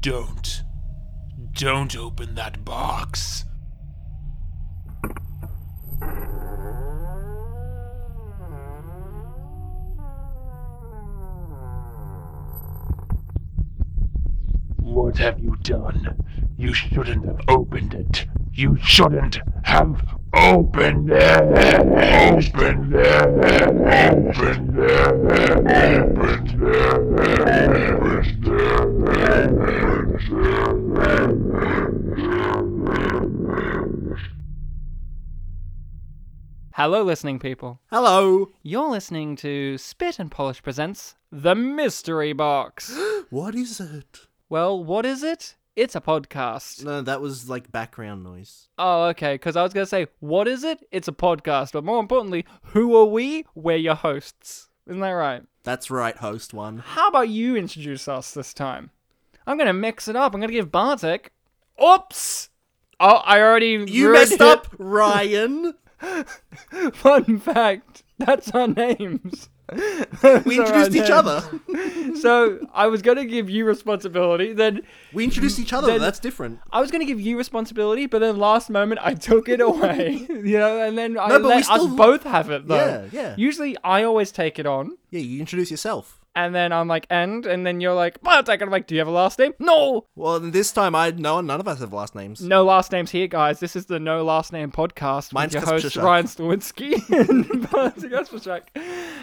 Don't. Don't open that box. What have you done? You shouldn't have opened it. You shouldn't have opened it. Opened it. Opened it. Opened it. Opened it. Hello, listening people. Hello. You're listening to Spit and Polish Presents The Mystery Box. What is it? well, what is it? It's a podcast. No, that was like background noise. Oh, okay, because I was going to say, what is it? It's a podcast. But more importantly, who are we? We're your hosts. Isn't that right? That's right, host one. How about you introduce us this time? I'm going to mix it up. I'm going to give Bartek. Oops! Oh, I already. You ruined messed it. up, Ryan. Fun fact that's our names. We introduced each other. So I was going to give you responsibility, then We introduced each other. Then- That's different. I was going to give you responsibility, but then last moment I took it away, you know, and then I No, but we let us still- both have it though. Yeah, yeah. Usually I always take it on, Yeah, you introduce yourself. and and then I'm like, and, and then you're like, Bartek, and I'm like, do you have a last name? No, Well, then this time I no, none of us have last names. no last names here, guys. This is the No Last Name podcast Mine's with your host Kasprzak. Ryan Stawinski and Bartek Kasprzak.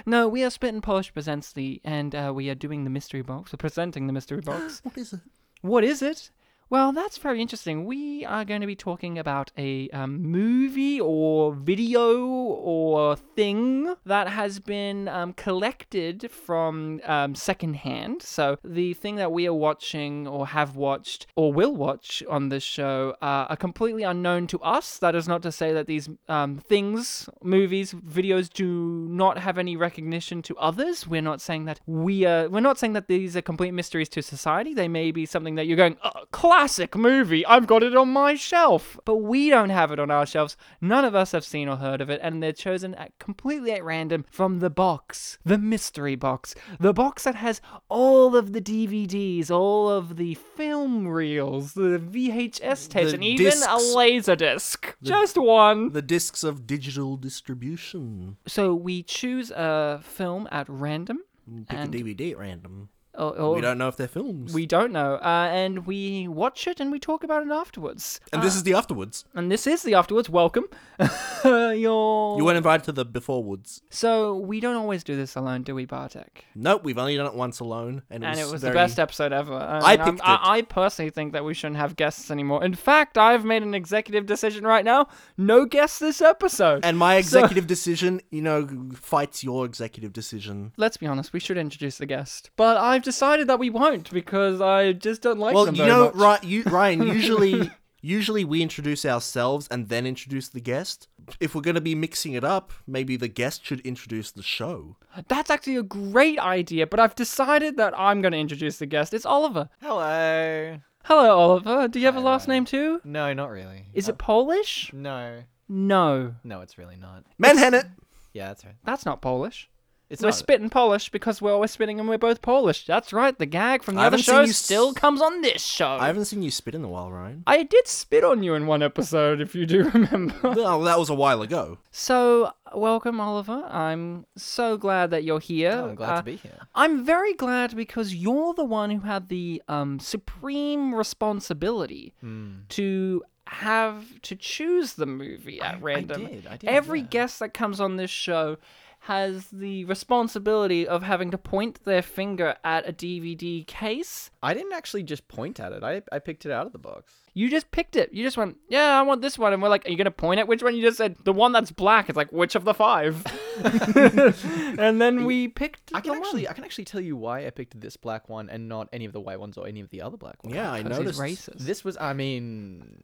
No, we are Spit and Polish presents the, and uh, we are doing the mystery box. We're presenting the mystery box. What is it? What is it? Well, that's very interesting. We are going to be talking about a um, movie or video or thing that has been um, collected from um, secondhand. So, the thing that we are watching or have watched or will watch on this show uh, are completely unknown to us. That is not to say that these um, things, movies, videos do not have any recognition to others. We're not saying that we are. We're not saying that these are complete mysteries to society. They may be something that you're going, oh, classic movie. I've got it on my shelf, but we don't have it on our shelves. None of us have seen or heard of it, and they're chosen at completely at random from the box, the mystery box, the box that has all of the DVDs, all of the film reels, the VHS tapes, The and even a discs. laser disc. Just one. The discs of digital distribution. So we choose a film at random. Mm, Pick And- a DVD at random. Or, or We don't know if they're films. we don't know. Uh, and we watch it and we talk about it afterwards. and this is the afterwards. And this is the afterwards. Welcome. Your... You weren't invited to the beforewoods. So we don't always do this alone, do we, Bartek? Nope, we've only done it once alone, and it And was, it was very- the best episode ever. I, I mean, I'm- picked I, it. I personally think that we shouldn't have guests anymore. In fact, I've made an executive decision right now: no guests this episode. And my So- executive decision, you know, fights your executive decision. let's be honest, we should introduce the guest, but I've decided that we won't because I just don't like Well, them you very know, much. Ryan, you, Ryan usually usually we introduce ourselves and then introduce the guest. If we're going to be mixing it up, maybe the guest should introduce the show. That's actually a great idea, but I've decided that I'm going to introduce the guest. It's Oliver. Hello. Hello, Oliver. Do you have a last name too? No, not really. Uh, Is it Polish? No. No, No, it's really not. Manhennet. Yeah, that's right. that's not Polish. It's we're not. spitting Polish because we're always spitting and we're both Polish. That's right. The gag from the I other haven't seen show you s- still comes on this show. I haven't seen you spit in a while, Ryan. I did spit on you in one episode, if you do remember. Well, that was a while ago. So, welcome, Oliver. I'm so glad that you're here. Oh, I'm glad Uh, to be here. I'm very glad because you're the one who had the um, supreme responsibility Hmm. to have to choose the movie at random. did, I did, Every yeah. guest that comes on this show has the responsibility of having to point their finger at a DVD case. I didn't actually just point at it. I, I picked it out of the box. You just picked it. You just went, yeah, I want this one. And we're like, are you going to point at which one? You just said, the one that's black. It's like, which of the five? and then we picked I can the one. actually I can actually tell you why I picked this black one and not any of the white ones or any of the other black ones. Yeah, I 'Cause he's noticed. racist. This was I mean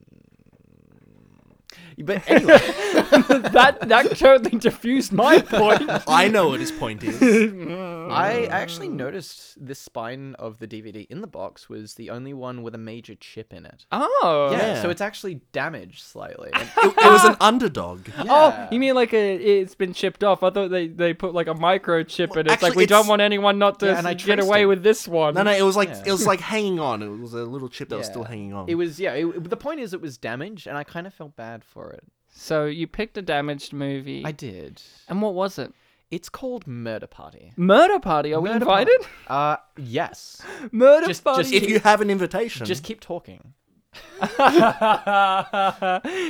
But anyway, that that totally diffused my point. I know what his point is. I actually noticed this spine of the DVD in the box was the only one with a major chip in it. Oh. Yeah, Yeah. so it's actually damaged slightly. And- It, it was an underdog. Oh, Yeah. you mean like a, it's been chipped off? I thought they, they put like a microchip in it. It's actually, like we don't it's- want anyone not to Yeah, and I get traced away it. with this one. No, no, it was like Yeah. it was like hanging on. It was a little chip that was Yeah. still hanging on. It was yeah. It, the point is, it was damaged, and I kind of felt bad for it. So you picked a damaged movie. I did. And what was it? It's called Murder Party. Murder Party. Are we Murder invited? Uh, yes. Murder Just- Party. just if you have an invitation, Just keep talking.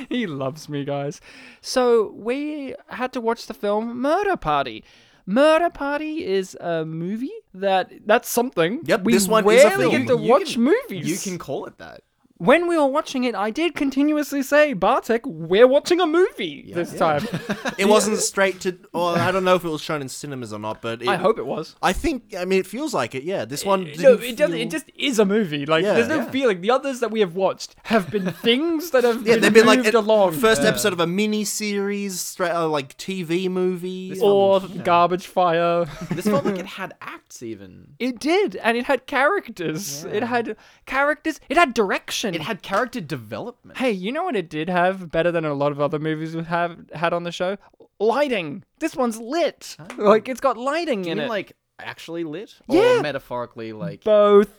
he loves me, guys. So we had to watch the film Murder Party. Murder Party is a movie that that's something. Yep, we this one is a rarely film. get to You watch can- movies. You can call it that. When we were watching it, I did continuously say, Bartek, we're watching a movie this time. it wasn't straight to. Or I don't know if it was shown in cinemas or not, but it, I hope it was. I think. I mean, it feels like it. Yeah, Uh, this one. No, didn't it doesn't. feel- It just is a movie. Like Yeah. there's no Yeah. feeling. The others that we have watched have been things that have Yeah, been, they've been like moved along. first episode of a mini series, straight uh, like TV movie. or garbage fire. This felt like it had acts even. It did, and it had characters. It had characters. It had direction. It had character development. Hey, you know what it did have better than a lot of other movies we have had on the show? Lighting. This one's lit. Like it's got lighting You in mean it. like actually lit? Yeah. Or metaphorically, like both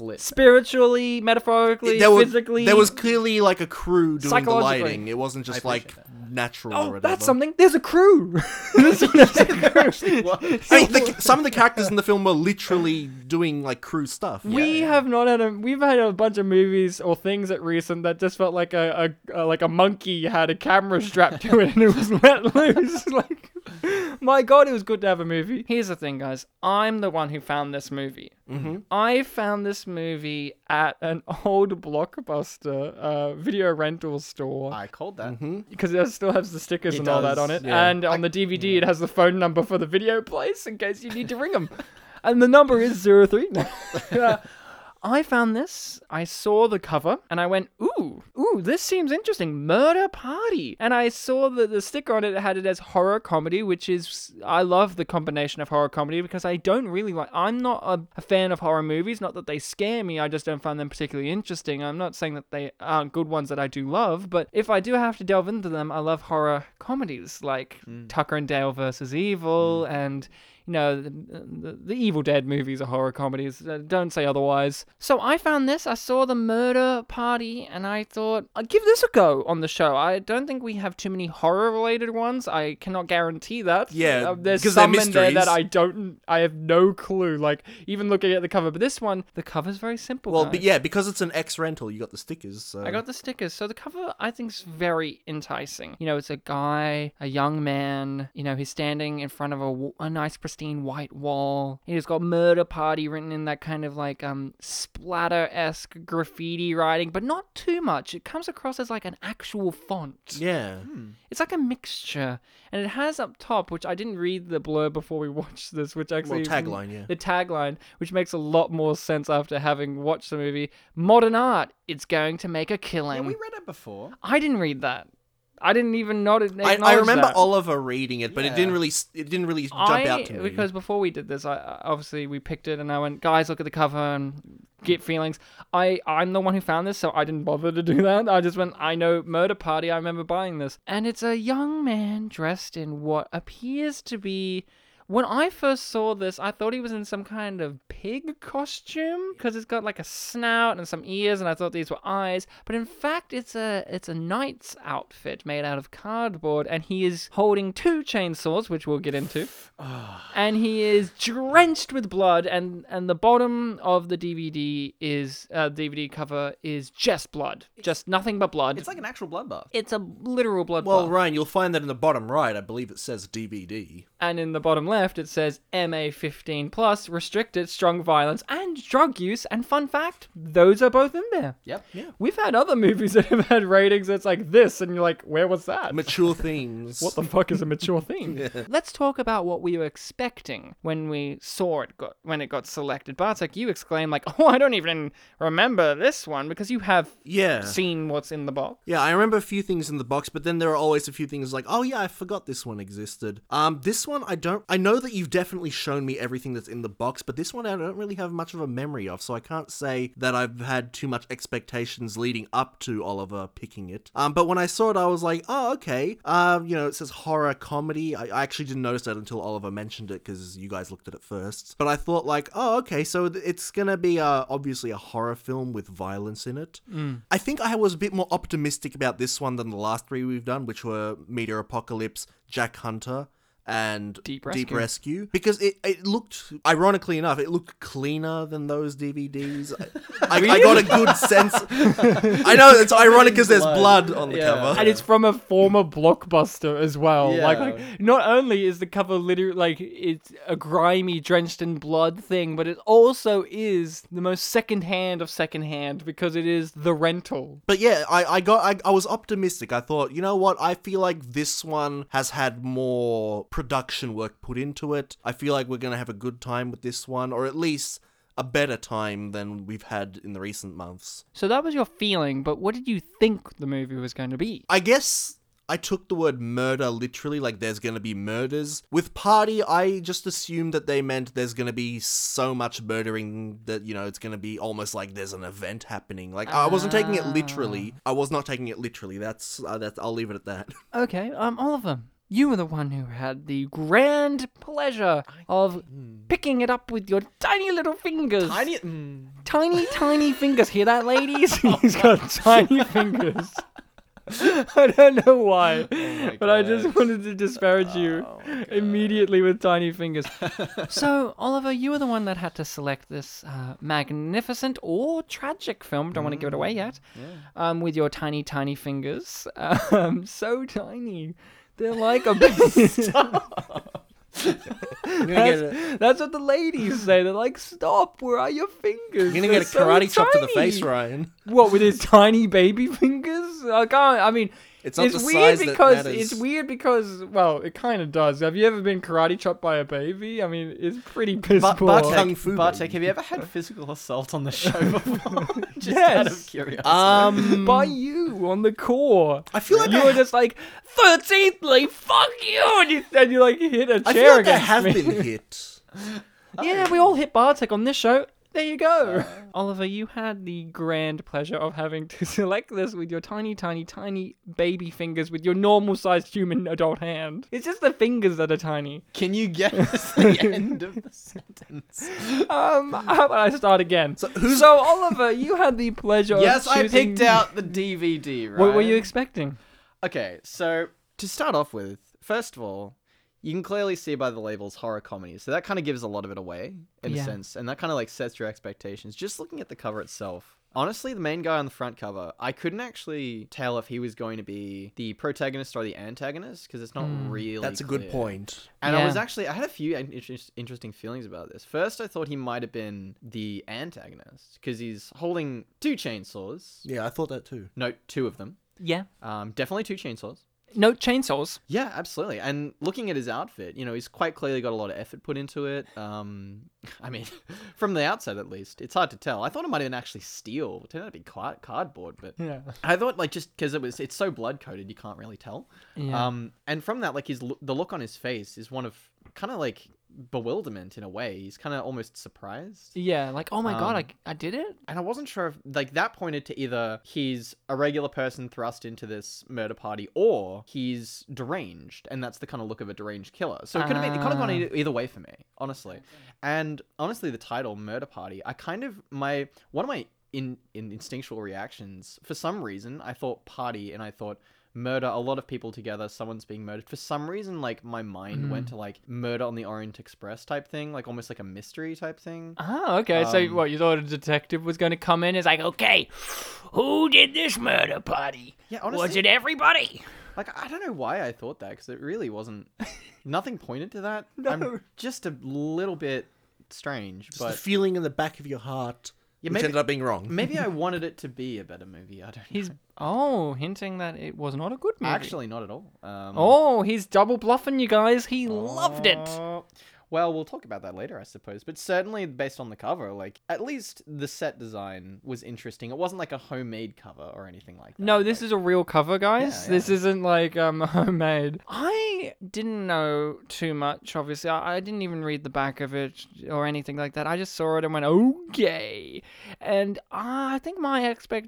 lit. spiritually, metaphorically, there was, physically. there was clearly like a crew doing the Psychologically. lighting. It wasn't just like natural or Oh, whatever. that's something. There's a crew. There's a crew. I mean, the, some of the characters in the film were literally doing like crew stuff. We have not had a. We've had a bunch of movies or things at recent that just felt like a, a, a like a monkey had a camera strapped to it and it was let loose. Like, my god, it was good to have a movie. Here's the thing, guys. I'm the one who found this movie. Mm-hmm. I found this movie at an old blockbuster uh, video rental store I called that. because it still has the stickers It and all that on does, it. yeah. And on the DVD, it has the phone number for the video place in case you need to ring them. and the number is 03. Uh, I found this. I saw the cover and I went, ooh, ooh, this seems interesting. Murder Party. And I saw that the sticker on it had it as horror comedy, which is, I love the combination of horror comedy because I don't really like, I'm not a, a fan of horror movies. Not that they scare me, I just don't find them particularly interesting. I'm not saying that they aren't good ones that I do love, but if I do have to delve into them, I love horror comedies like Tucker and Dale versus Evil and you know, the, the, the Evil Dead movies are horror comedies. Uh, don't say otherwise. So I found this. I saw the murder party, and I thought, I'll give this a go on the show. I don't think we have too many horror-related ones. I cannot guarantee that. Yeah, Uh, there's 'cause they're some in there that mysteries. I don't. I have no clue. Like even looking at the cover, but this one, the cover's very simple. Well, guys. but yeah, because it's an X rental, you got the stickers. So. I got the stickers. So the cover I think is very enticing. You know, it's a guy, a young man, you know, he's standing in front of a, w- a nice pristine white wall. He's got murder party written in that kind of like um splatter-esque graffiti writing, but not too much. It comes across as like an actual font. Yeah. It's like a mixture. And it has up top, which I didn't read the blur before we watched this, which actually tagline, yeah. The tagline, which makes a lot more sense after having watched the movie. Modern art, it's going to make a killing. Yeah, we read it before. I didn't read that. I didn't even not I, acknowledge I remember that. Oliver reading it, but it didn't Yeah. really s- it didn't really jump I, out to me. Because before we did this, I- I obviously we picked it and I went, guys, look at the cover and get feelings. I I'm the one who found this, so I didn't bother to do that. I just went, I know Murder Party. I remember buying this, and it's a young man dressed in what appears to be. When I first saw this, I thought he was in some kind of pig costume because it's got like a snout and some ears, and I thought these were eyes. But in fact, it's a it's a knight's outfit made out of cardboard, and he is holding two chainsaws, which we'll get into and he is drenched with blood and and the bottom of the dvd is uh, dvd cover is just blood just nothing but blood It's it's, like an actual bloodbath. a literal blood well, bath. Ryan, you'll find that in the bottom right. I believe it says DVD. And in the bottom left, it says MA 15 plus, restricted, strong violence, and drug use. And fun fact, those are both in there. Yep. Yeah. We've had other movies that have had ratings that's like this, and you're like, where was that? Mature themes. What the fuck is a mature theme? Let's talk about what we were expecting when we saw it got when it got selected. Bartek, you exclaim like, "Oh, I don't even remember this one because you have yeah. seen what's in the box." Yeah, I remember a few things in the box, but then there are always a few things like, oh yeah, I forgot this one existed. Um, this one I don't. I know that you've definitely shown me everything that's in the box, but this one I don't really have much of a memory of, so I can't say that I've had too much expectations leading up to Oliver picking it. Um, but when I saw it, I was like, oh okay. Um, you know, it says horror comedy. I, I actually didn't notice that until Oliver mentioned it because you guys looked at it first. But I thought like, oh okay, so th- it's gonna be uh, obviously a horror film with violence in it. I think I was a bit more optimistic about this one than the last three we've done, which were Meteor Apocalypse, Jack Hunter, and Deep Rescue. Rescue. Because it, it looked, ironically enough, it looked cleaner than those DVDs. I, I, I got a good sense. I know it's ironic because there's Blood. blood on the Yeah. cover. And it's from a former blockbuster as well. Like, Yeah. like, not only is the cover literally like it's a grimy, drenched in blood thing, but it also is the most secondhand of secondhand because it is the rental. But yeah, I, I got I, I was optimistic. I thought, you know what, I feel like this one has had more production work put into it. I feel like we're gonna have a good time with this one, or at least a better time than we've had in the recent months. So that was your feeling, but what did you think the movie was going to be? I guess I took the word murder literally, like there's gonna be murders. With party, I just assumed that they meant there's gonna be so much murdering that, you know, it's gonna be almost like there's an event happening. Like, I wasn't taking it literally. I was not taking it literally. That's, uh, that's I'll leave it at that. Okay, um, Oliver, you were the one who had the grand pleasure of picking it up with your tiny little fingers. Tiny. Mm. tiny, tiny fingers. Hear that, ladies? He's got tiny fingers. I don't know why, Oh but I just wanted to disparage you immediately with tiny fingers. so, Oliver, you were the one that had to select this uh, magnificent or tragic film. Don't want to give it away Mm, yet. Um, with your tiny, tiny fingers. Um, so tiny. They're like a I'm gonna get a- That's, that's what the ladies say. They're like, "Stop! Where are your fingers?" You're gonna get a They're so karate chop to the tiny." face, Ryan. What with his tiny baby fingers? I can't. I mean, It's not the weird size that because matters. it's weird because well, it kind of does. Have you ever been karate chopped by a baby? I mean, it's pretty piss But- poor. but- Kung Fu Bartek, Baby. have you ever had physical assault on the show before? Just out of Yes. curiosity. Um, by you on the core. I feel like you I- were just like thirteenthly, fuck you, and you, and you like hit a chair I feel like I against have me. been hit. Yeah, we all hit Bartek on this show. There you go. Oliver, you had the grand pleasure of having to select this with your tiny, tiny, tiny baby fingers with your normal sized human adult hand. It's just the fingers that are tiny. Can you guess the end of the sentence? Um, how about I start again? So, who's- Oliver, you had the pleasure yes, of I choosing... picked out the DVD, right? What were you expecting? Okay, so to start off with, first of all, you can clearly see by the labels horror comedy, so that kind of gives a lot of it away in Yeah. a sense, and that kind of like sets your expectations. Just looking at the cover itself, honestly, the main guy on the front cover, I couldn't actually tell if he was going to be the protagonist or the antagonist because it's not Hmm. really. That's a good clear. point. And I was Yeah. actually, I had a few in- interest- interesting feelings about this. First, I thought he might have been the antagonist because he's holding two chainsaws. Yeah, I thought that too. No, two of them. Yeah. Um, definitely two chainsaws. No chainsaws. Yeah, absolutely. And looking at his outfit, you know, he's quite clearly got a lot of effort put into it. Um, I mean, from the outset at least, it's hard to tell. I thought it might have been actually steel. It turned out to be card- cardboard, but Yeah. I thought like just because it was, it's so blood coated, you can't really tell. Yeah. Um, and from that, like his lo- the look on his face is one of kind of like bewilderment in a way. He's kind of almost surprised. yeah, like, oh my god, um, I, I did it? And I wasn't sure if like that pointed to either he's a regular person thrust into this murder party or he's deranged, and that's the kind of look of a deranged killer. So it could have been it kind of gone e-, Ah. either, either way for me, honestly. And honestly, the title "Murder Party," I kind of my one of my in, in instinctual reactions for some reason I thought party and I thought murder a lot of people together. Someone's being murdered. For some reason, like my mind went to like murder on the Orient Express type thing, like almost like a mystery type thing. Oh, okay. so Um, what you thought a detective was going to come in? Is like, okay, who did this murder party? Yeah, was honestly- it everybody? Like I don't know why I thought that because it really wasn't. Nothing pointed to that. No. I'm just a little bit strange, Just the but feeling in the back of your heart, Yeah, which maybe- ended up being wrong. maybe I wanted it to be a better movie. I don't. He's know. oh, hinting that it was not a good movie. actually not at all. Um, oh, he's double bluffing you guys. He loved it. Uh, Well, we'll talk about that later, I suppose. But certainly, based on the cover, like at least the set design was interesting. It wasn't like a homemade cover or anything like that. No, this Like, is a real cover, guys. Yeah, This yeah. isn't like um homemade. I didn't know too much, obviously. I, I didn't even read the back of it or anything like that. I just saw it and went, okay. And I think my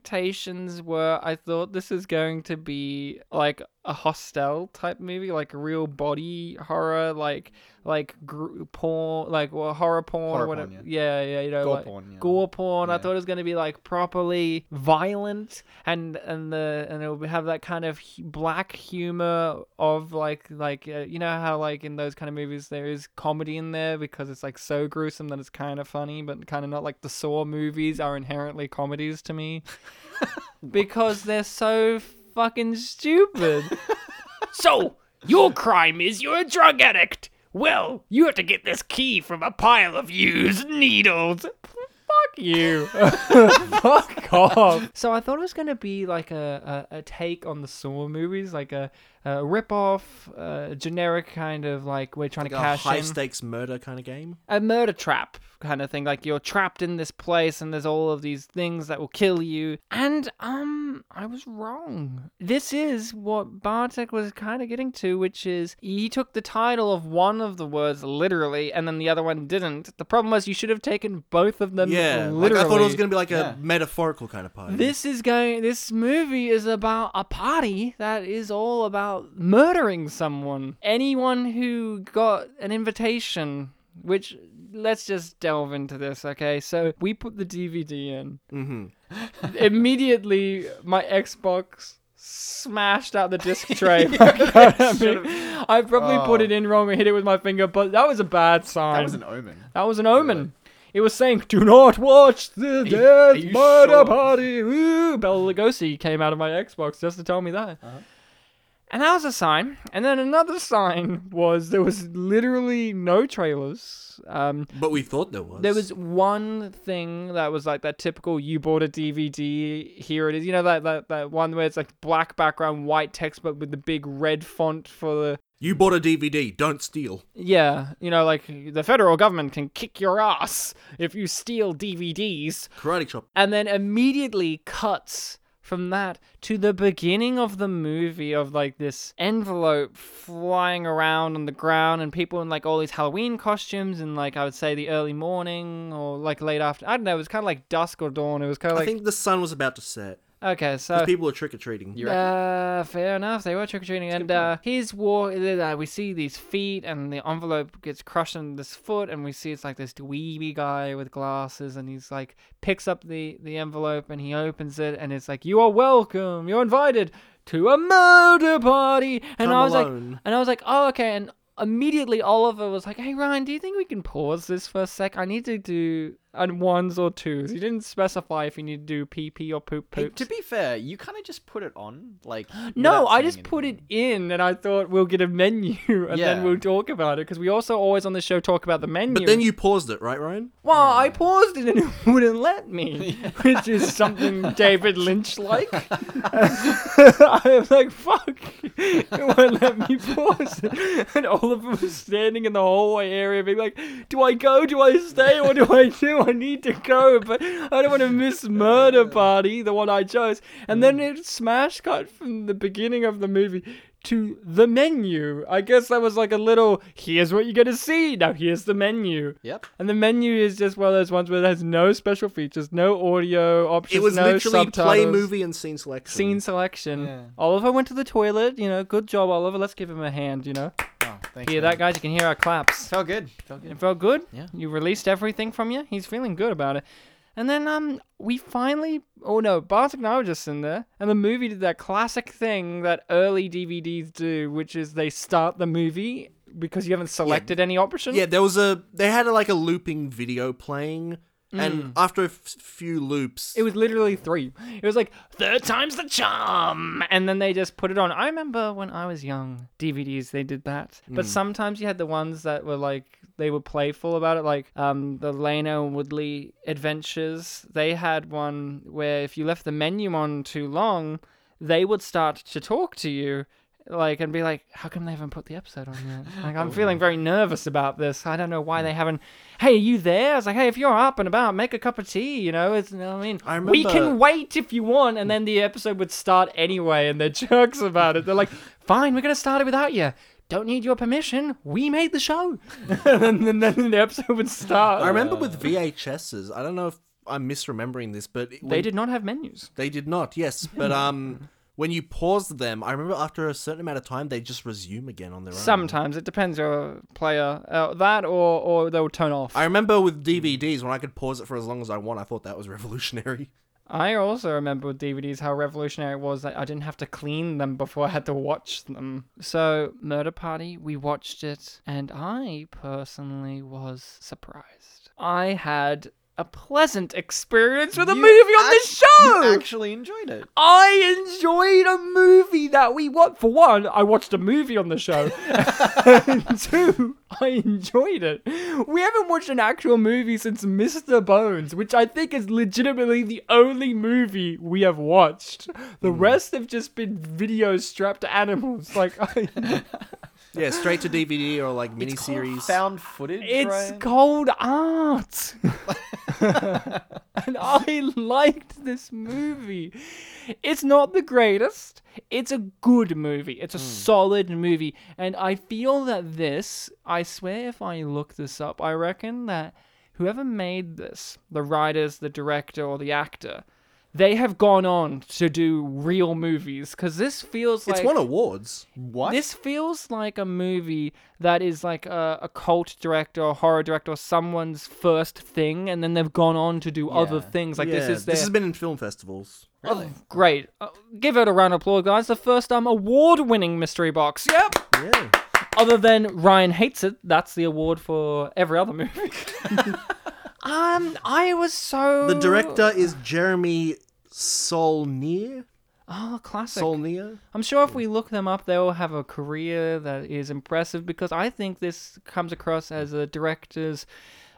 expectations were I thought this is going to be like a hostel type movie, like a real body horror, like like gr- porn, like well, horror porn, Horror or whatever. porn, yeah. yeah, you know, Gore like- porn, yeah. gore porn. I Yeah. thought it was going to be like properly violent and and the and it would have that kind of hu- black humor of like like uh, you know how like in those kind of movies there is comedy in there because it's like so gruesome that it's kind of funny but kind of not like the Saw movies are inherently comedies to me because they're so fucking stupid. So, your crime is you're a drug addict. Well, you have to get this key from a pile of used needles. fuck you. fuck off. So I thought it was going to be like a, a, a take on the Saw movies, like a, a rip-off, a generic kind of like we're trying Like to a cash high in. stakes murder kind of game. a murder trap kind of thing. Like you're trapped in this place and there's all of these things that will kill you. And um I was wrong. This is what Bartek was kind of getting to, which is he took the title of one of the words literally and then the other one didn't. The problem was you should have taken both of them Yeah, literally. like I thought it was gonna be like Yeah. a metaphorical kind of party. This is going. This movie is about a party that is all about murdering someone. Anyone who got an invitation. Which let's just delve into this, okay? So we put the DVD in. Mhm. Mm-hmm. Immediately, my Xbox smashed out the disc tray. I, I probably put it in wrong and hit it with my finger, but that was a bad sign. Oh. that was an omen. That was an omen. It was saying, "Do not watch the death you murder sure? party." Ooh, Bela Lugosi came out of my Xbox just to tell me that. And that was a sign. And then another sign was there was literally no trailers. Um, but we thought there was. there was one thing that was like that typical you bought a DVD, here it is. You know that, that, that one where it's like black background, white text, but with the big red font for the You bought a DVD. Don't steal. yeah, you know, like the federal government can kick your ass if you steal DVDs. Karate Chop. And then immediately cuts from that to the beginning of the movie of like this envelope flying around on the ground and people in like all these Halloween costumes and like I would say the early morning or like late after. I don't know, it was kind of like dusk or dawn. It was kind of I like. think the sun was about to set. okay, so. 'cause people are trick or treating. You reckon? Uh, fair enough. They were trick or treating, and uh, he's war. Uh, we see these feet, and the envelope gets crushed in this foot, and we see it's like this dweeby guy with glasses, and he's like picks up the the envelope, and he opens it, and it's like, "You are welcome. You're invited to a murder party." And Come I was like, alone. and I was like, "Oh, okay." And immediately Oliver was like, "Hey Ryan, do you think we can pause this for a sec? I need to do." And ones or twos. He didn't specify if you need to do pee pee or poop Hey, poops. to be fair, you kind of just put it on, like. No, without I saying just put it anything. in and I thought we'll get a menu and then Yeah. we'll talk about it because we also always on the show talk about the menu. But then you paused it, right, Ryan? Well, I paused it and it wouldn't let me, which is something David Lynch like. I'm like, fuck. It won't let me pause it. And Oliver was standing in the hallway area being like, do I go? Do I stay? What do I do? I need to go, but I don't want to miss Murder Party, the one I chose. And then it smash cut from the beginning of the movie to the menu. I guess that was like a little, here's what you're going to see. Now here's the menu. Yep. And the menu is just one of those ones where it has no special features, no audio options, it was no literally subtitles, play, movie, and scene selection. scene selection. Yeah. Oliver went to the toilet. You know, good job, Oliver. Let's give him a hand. You know, Oh, thanks. hear man. that, guys? You can hear our claps. Felt good. Felt It good. felt good. Yeah. You released everything from you. He's feeling good about it. And then um, we finally, oh no, Bar Technologist's in there, and the movie did that classic thing that early DVDs do, which is they start the movie because you haven't selected any option. Yeah, there was a they had a, like a looping video playing, and after a f- few loops, It was literally three. It was like Third time's the charm. and then they just put it on. I remember when I was young, DVDs they did that. But sometimes you had the ones that were like they were playful about it, like um, the Lena and Woodley adventures. They had one where if you left the menu on too long, they would start to talk to you. Like and be like, how come they haven't put the episode on yet? Like I'm feeling very nervous about this. I don't know why they haven't. Hey, are you there? I was like, hey, if you're up and about, make a cup of tea. You know, it's. You know what I mean, I we remember- can wait if you want, and then the episode would start anyway, and they're jerks about it. They're like, fine, we're going to start it without you. Don't need your permission. We made the show. and then, then the episode would start. I remember with VHSs. I don't know if I'm misremembering this, but it- they when- did not have menus. They did not. Yes, but um, when you paused them, I remember after a certain amount of time, they just resume again on their own. Sometimes it depends your player. Uh, that or, or they'll turn off. I remember with DVDs when I could pause it for as long as I want. I thought that was revolutionary. I also remember with DVDs how revolutionary it was that I didn't have to clean them before I had to watch them. So, Murder Party, we watched it, and I personally was surprised. I had a pleasant experience with a You movie on the act- you show! actually enjoyed it. I enjoyed a movie that we watched. For one, I watched a movie on the show. and two, I enjoyed it. We haven't watched an actual movie since Mr. Bones, which I think is legitimately the only movie we have watched. The rest have just been videos strapped to animals. Like, I, Yeah, straight to DVD or like miniseries. Found footage. it's right? cold art. and I liked this movie. It's not the greatest. It's a good movie. It's a solid movie. And I feel that this, I swear if I look this up, I reckon that whoever made this, the writers, the director, or the actor, they have gone on to do real movies because this feels like It's won awards. what? this feels like a movie that is like a, a cult director or horror director or someone's first thing, and then they've gone on to do other Yeah. things. Like this Yeah, is their this has been in film festivals. really? great. Uh, give it a round of applause, guys. The first um award-winning mystery box. Yep. Yeah. Other than Ryan hates it, that's the award for every other movie. um, I was so The director is Jeremy Solnier. Oh, classic. Solnier. I'm sure if we look them up, they'll have a career that is impressive because I think this comes across as a director's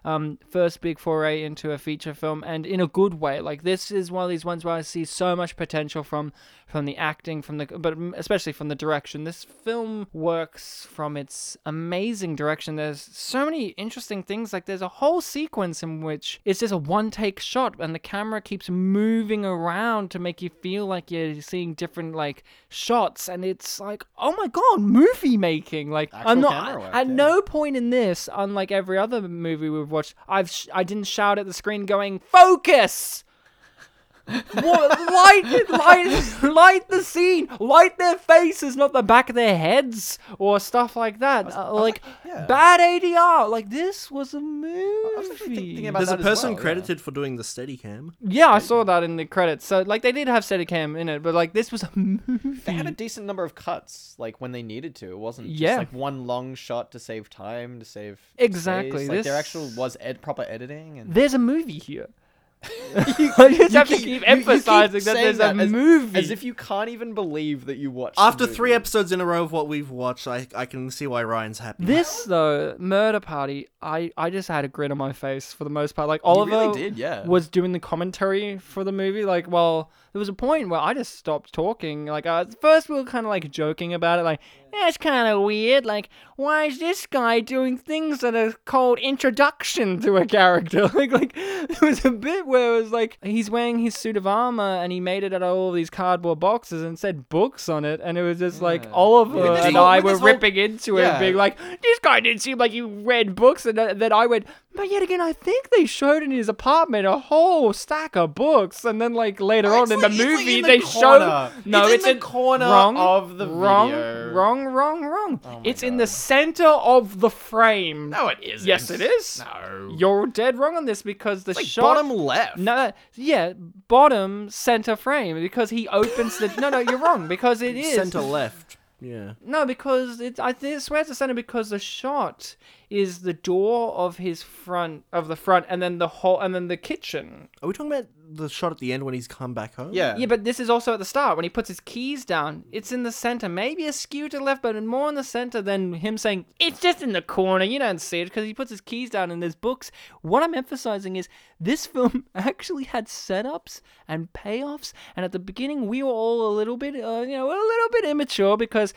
um, first big foray into a feature film, and in a good way. Like this is one of these ones where I see so much potential from from the acting, from the but especially from the direction. This film works from its amazing direction. There's so many interesting things. Like there's a whole sequence in which it's just a one take shot, and the camera keeps moving around to make you feel like you're seeing different like shots, and it's like, oh my god, movie making. Like I'm Actual not camera work, at yeah. no point in this, unlike every other movie we've watched, I've sh- I didn't shout at the screen going focus. what, light, it- light, light the scene. Light their faces, not the back of their heads or stuff like that. Uh, like yeah. bad ADR. Like this was a movie. was actually thinking about There's a that as person well, yeah. credited for doing the Steadicam. yeah, I saw that in the credits. So like they did have Steadicam in it, but like this was a movie. They had a decent number of cuts, like when they needed to. It wasn't just Yeah. like one long shot to save time to save Exactly, space. Like there this- actually was ed- proper editing and There's a movie here. I just have to You- you keep keep emphasizing that saying there's a as- movie. As if you can't even believe that you watched. the After three movie. episodes in a row of what we've watched, I, I can see why Ryan's happy. This though, murder party, I I just had a grin on my face for the most part. Like Oliver really did, yeah. was doing the commentary for the movie. Like, well, there was a point where I just stopped talking. Like, I, at first we were kind of like joking about it, like that's kind of weird. Like, why is this guy doing things that are called introduction to a character? like, like there was a bit where it was like he's wearing his suit of armor and he made it out of all these cardboard boxes and said books on it, and it was just like Yeah. Oliver With this and whole- I with were this whole- ripping into it, Yeah. being like, "This guy didn't seem like he read books," and then I went, But yet again, I think they showed in his apartment a whole stack of books, and then like later on It's in like- the it's like movie, in the they corner. show no, It's in it's, the corner wrong, of the wrong, video. Oh wrong, wrong, wrong. it's in the center of the frame. No, it isn't. Yes, it is. No. You're dead wrong on this because the It's like shot. bottom left. No, that- yeah, bottom center frame because he opens the. No, no, you're wrong because it is Center left. Yeah. no, because it, I think swear it's the center because the shot is the door of his front of the front, and then the whole, and then the kitchen. Are we talking about the shot at the end when he's come back home? Yeah. Yeah, but this is also at the start when he puts his keys down. It's in the center, maybe askew to the left, but more in the center than him saying it's just in the corner. You don't see it because he puts his keys down and there's books. What I'm emphasizing is this film actually had setups and payoffs, and at the beginning we were all a little bit, uh, you know, a little bit immature because.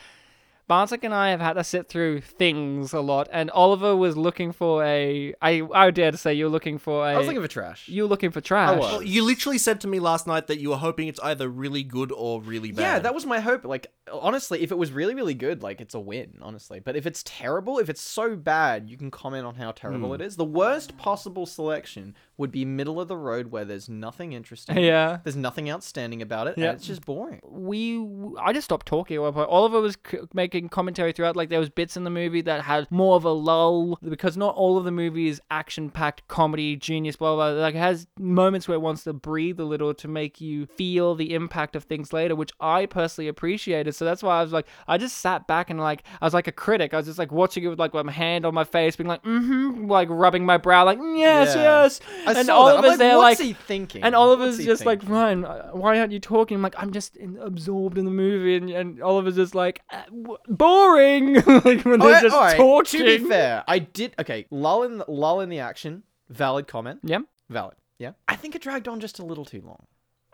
Bartek and I have had to sit through things a lot, and Oliver was looking for a. I I dare to say you're looking for a. I was looking for trash. you're looking for trash. was. Well, you literally said to me last night that you were hoping it's either really good or really bad. Yeah, that was my hope. Like, honestly, if it was really, really good, like, it's a win, honestly. But if it's terrible, if it's so bad, you can comment on how terrible Hmm. it is. The worst possible selection would be middle of the road where there's nothing interesting. Yeah. There's nothing outstanding about it. Yeah. And it's just boring. we I just stopped talking at one point. Oliver was c- making commentary throughout. Like there was bits in the movie that had more of a lull because not all of the movie is action packed comedy genius blah, blah blah. Like it has moments where it wants to breathe a little to make you feel the impact of things later, which I personally appreciated. So that's why I was like I just sat back and like I was like a critic. I was just like watching it with like my hand on my face, being like mm-hmm, like rubbing my brow, like "Mm, yes Yeah. yes. I and saw that. I'm Oliver's like, there what's like he thinking? and Oliver's What's he just like, thinking? Ryan, uh, why aren't you talking? I'm like, I'm just in, absorbed in the movie, and, and Oliver's just like, uh, w- boring. like when they're Alright, just alright, talking. To be fair, I did. Okay, lull in, the, lull in the action. Valid comment. yeah. Valid. Yeah. I think it dragged on just a little too long.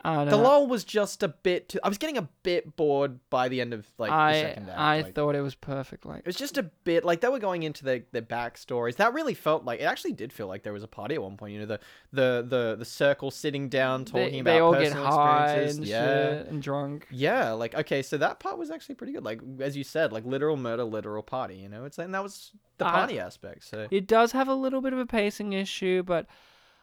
I don't The know. lull was just a bit too. I was getting a bit bored by the end of like the I second act. I like, thought it was perfect. Like it was just a bit like they were going into their their backstories. That really felt like it actually did feel like there was a party at one point. You know the the the the circle sitting down they, talking they about all get personal high experiences. and yeah. shit and drunk. Yeah, like okay, so that part was actually pretty good. Like as you said, like literal murder, literal party. You know, it's and that was the I- party aspect. So It does have a little bit of a pacing issue, but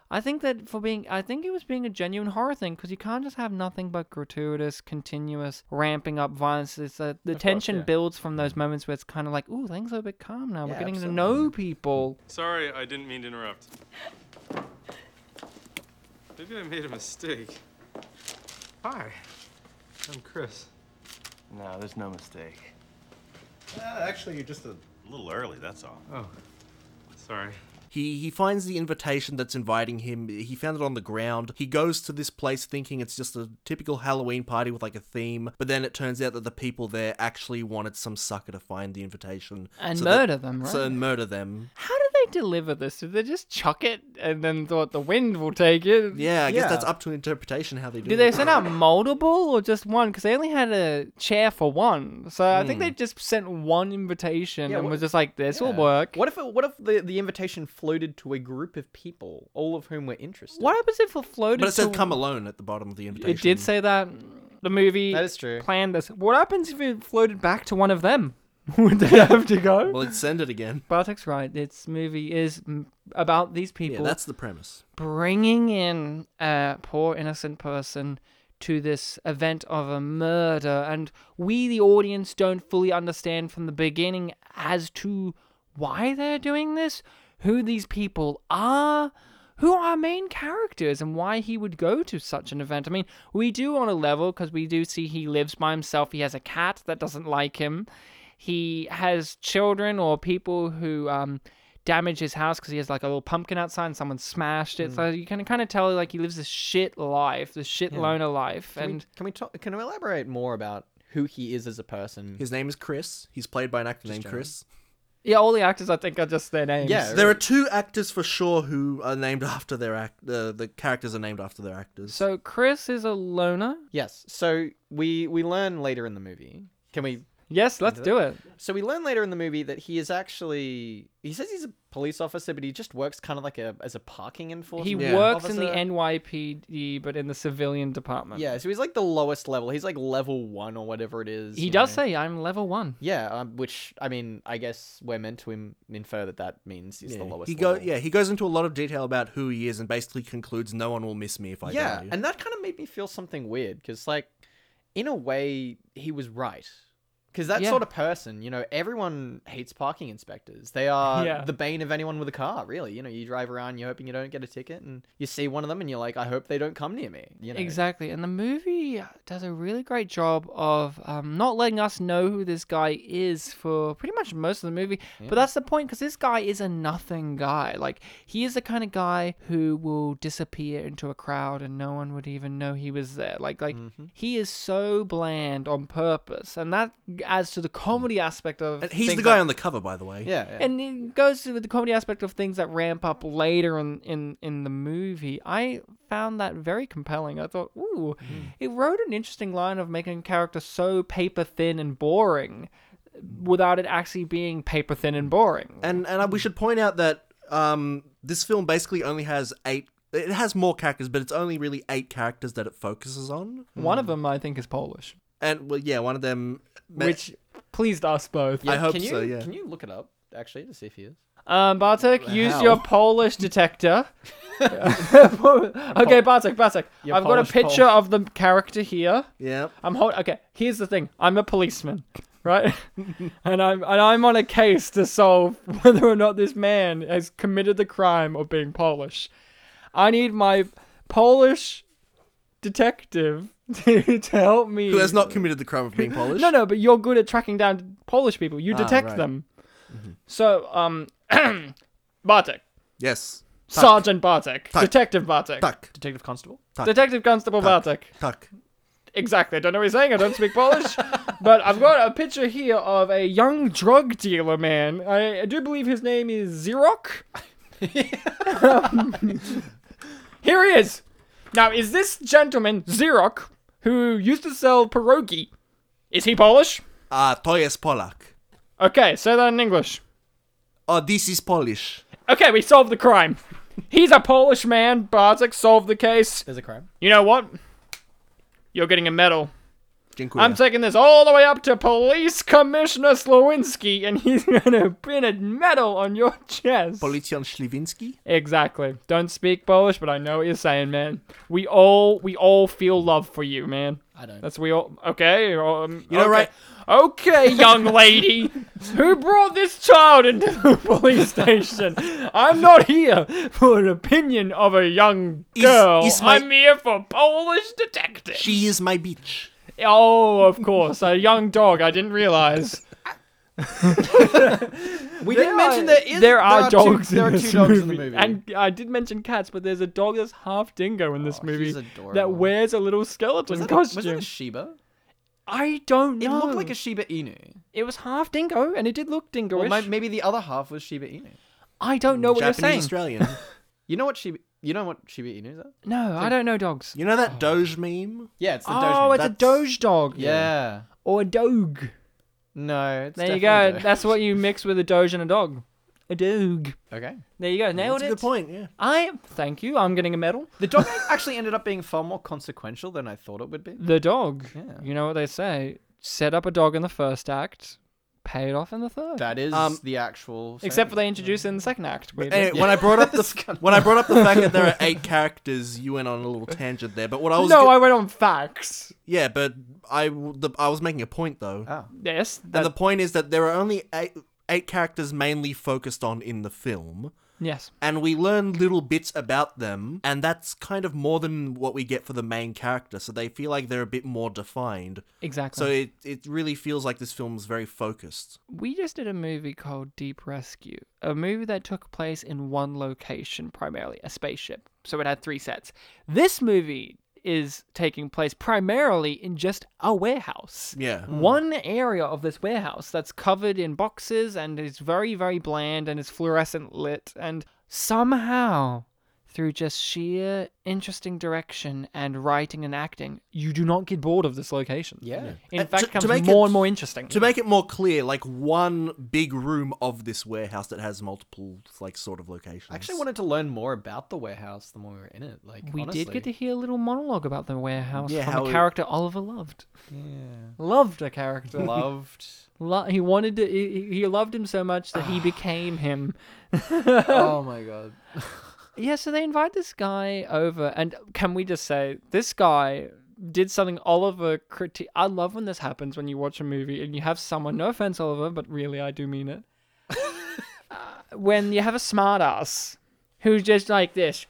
I think that for being, I think it was being a genuine horror thing because you can't just have nothing but gratuitous, continuous ramping up violence. It's that the tension yeah. builds from those moments where it's kind of like, ooh, things are a bit calm now. We're Yeah, getting absolutely. to know people. Sorry, I didn't mean to interrupt. Maybe I made a mistake. Hi, I'm Chris. No, there's no mistake. Uh, actually, you're just a little early, that's all. Oh, sorry. He he finds the invitation that's inviting him. He found it on the ground. He goes to this place thinking it's just a typical Halloween party with like a theme, but then it turns out that the people there actually wanted some sucker to find the invitation And that- murder them, So right? and murder them. How do they deliver this? Did they just chuck it and then thought the wind will take it? Yeah, I guess Yeah. that's up to interpretation how they do. Did it. they send out multiple or just one? Because they only had a chair for one. So I think they just sent one invitation Hmm. Yeah, and wha- was just like, this will Yeah. work. What if it, what if the, the invitation floated to a group of people, all of whom were interested? What happens if it floated? But it to- said "come alone" at the bottom of the invitation. It did say that the movie That is true. planned this. What happens if it floated back to one of them? Would they have to go? Well, it send it again. Bartek's right. This movie is mm, about these Yeah, people that's the premise. bringing in a poor innocent person to this event of a murder, and we, the audience, don't fully understand from the beginning as to why they're doing this, who these people are, who are main characters, and why he would go to such an event. I mean, we do on a level because we do see he lives by himself, he has a cat that doesn't like him. He has children or people who um, damage his house because he has like a little pumpkin outside and someone smashed Hmm. it. So you can kind of tell like he lives this shit life, this shit loner life. Can and we, can we talk, can we elaborate more about who he is as a person? His name is Chris. He's played by an actor named gentleman. Chris. yeah, all the actors I think are just their names. Yeah. There are two actors for sure who are named after their act. Uh, the characters are named after their actors. So Chris is a loner. yes. So we we learn later in the movie. Can we Yes, let's do it. So we learn later in the movie that he is actually he says he's a police officer, but he just works kind of like a as a parking enforcer. He Yeah. works in the officer. NYPD, but in the civilian department. Yeah, so he's like the lowest level. He's like level one or whatever it is. He you does know. say, I'm level one. Yeah, um, which I mean, I guess we're meant to im- infer that that means he's the lowest. He go level. yeah, he goes into a lot of detail about who he is and basically concludes no one will miss me if I yeah, die. and that kind of made me feel something weird because, like, in a way, he was right. Because that Yeah. sort of person, you know, everyone hates parking inspectors. They are Yeah. the bane of anyone with a car, really. You know, you drive around, you're hoping you don't get a ticket, and you see one of them, and you're like, I hope they don't come near me. You know? Exactly. And the movie does a really great job of um, not letting us know who this guy is for pretty much most of the movie. But that's the point because this guy is a nothing guy. Like, he is the kind of guy who will disappear into a crowd and no one would even know he was there. Like, like Mm-hmm. he is so bland on purpose. And that adds to the comedy aspect of And he's things the that- guy on the cover, by the way. Yeah. yeah. and it goes to the comedy aspect of things that ramp up later in in, in the movie. I found that very compelling. I thought, ooh, Mm. it wrote an interesting line of making a character so paper thin and boring, without it actually being paper thin and boring. Mm. And and I, we should point out that um, this film basically only has eight. It has more characters, but it's only really eight characters that it focuses on. One of them, I think, is Polish, And well, yeah, one of them. which pleased us both. I hope can you, so. Yeah. Can you look it up, actually, to see if he is? Um, Bartek, use Wow. your Polish detector. okay, Bartek, Bartek. Your I've got Polish a picture of the character here. yeah. I'm hold. Okay, here's the thing. I'm a policeman, right? and I'm and I'm on a case to solve whether or not this man has committed the crime of being Polish. I need my Polish detective to, to help me. Who has not committed the crime of being Polish? No, no, but you're good at tracking down Polish people. You detect Ah, right. Mm-hmm. them. So, um, Bartek, Yes. Sergeant Bartek, Tuck. Detective Bartek, Tuck. Detective Constable? Detective Constable Bartek. Tuck. Exactly. I don't know what he's saying. I don't speak Polish. but I've got a picture here of a young drug dealer man. I, I do believe his name is Xerox. Um, here he is. Now, is this gentleman, Xerox, who used to sell pierogi, is he Polish? Ah, to jest Polak. Okay, say that in English. Oh, this is Polish. Okay, we solved the crime. He's a Polish man. Bartek solved the case. There's a crime. You know what? You're getting a medal. Dziękuję. I'm taking this all the way up to Police Commissioner Slowinski, and he's gonna pin a medal on your chest. Policjan Śliwiński. exactly. Don't speak Polish, but I know what you're saying, man. We all we all feel love for you, man. I don't. That's we all. Okay. Um, You know, okay. right- Okay, young lady, who brought this child into the police station? I'm not here for an opinion of a young Is- girl. is my- I'm here for Polish detectives. She is my bitch. Oh, of course, a young dog. I didn't realize. We didn't mention there is. there are, two- dogs. in there are this two dogs movie. in the movie. and I did mention cats, but there's a dog that's half dingo in this Oh, movie he's that adorable. wears a little skeleton was that, a, was costume. that a Shiba? I don't It know. looked like a Shiba Inu. It was half dingo, and it did look dingo. Or mi- maybe the other half was Shiba Inu. I don't know what Japanese you're saying. Australian. You know what Shiba? You know what Shiba Inus are? no, I don't know dogs. You know that Doge meme? Yeah, it's the oh, it's a doge dog. yeah. Or a dog. No, it's There you go. definitely That's what you mix with a doge and a dog. A dog. doge. okay. There you go. Nailed That's it. a good point. Yeah. I thank you. I'm getting a medal. The dog actually ended up being far more consequential than I thought it would be. The dog. Yeah. You know what they say? Set up a dog in the first act, pay it off in the third. That is Um, the actual. Except for saying. they introduce it in the second act. weirdly. Anyway, when I brought up the when I brought up the fact that there are eight characters, you went on a little tangent there. But what I was no, go- I went on facts. yeah, but I w- the, I was making a point though, Ah, Yes. Uh, That, and the point is that there are only eight eight characters mainly focused on in the film, yes. and we learn little bits about them, and that's kind of more than what we get for the main character. So they feel like they're a bit more defined. Exactly. So it it really feels like this film's very focused. we just did a movie called Deep Rescue, a movie that took place in one location primarily, a spaceship. So it had three sets. This movie is taking place primarily in just a warehouse. Yeah. One area of this warehouse that's covered in boxes and is very, very bland and is fluorescent lit. And somehow, through just sheer interesting direction and writing and acting, you do not get bored of this location. Yeah. In And fact, to- it to becomes make more it- and more interesting. To make it more clear, like one big room of this warehouse that has multiple like sort of locations. I actually wanted to learn more about the warehouse the more we were in it. Like we honestly. did get to hear a little monologue about the warehouse Yeah, how from a it- character Oliver loved. Loved a character. loved. Lo- he wanted to. He, he loved him so much that Ah. he became him. oh my god. Yeah, so they invite this guy over, and can we just say this guy did something Oliver criti I love when this happens when you watch a movie and you have someone. No offense, Oliver, but really, I do mean it. uh, when you have a smartass who's just like this.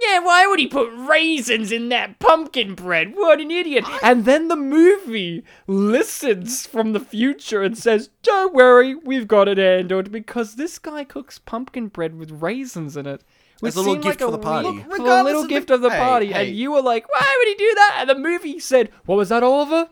Yeah, why would he put raisins in that pumpkin bread? What an idiot! And then the movie listens from the future and says, Don't worry, we've got it handled because this guy cooks pumpkin bread with raisins in it. Which As a little seemed gift like for the party. weird- Look, for a regardless little of the- gift of the Hey, party. hey. And you were like, Why would he do that? And the movie said, What was that, Oliver?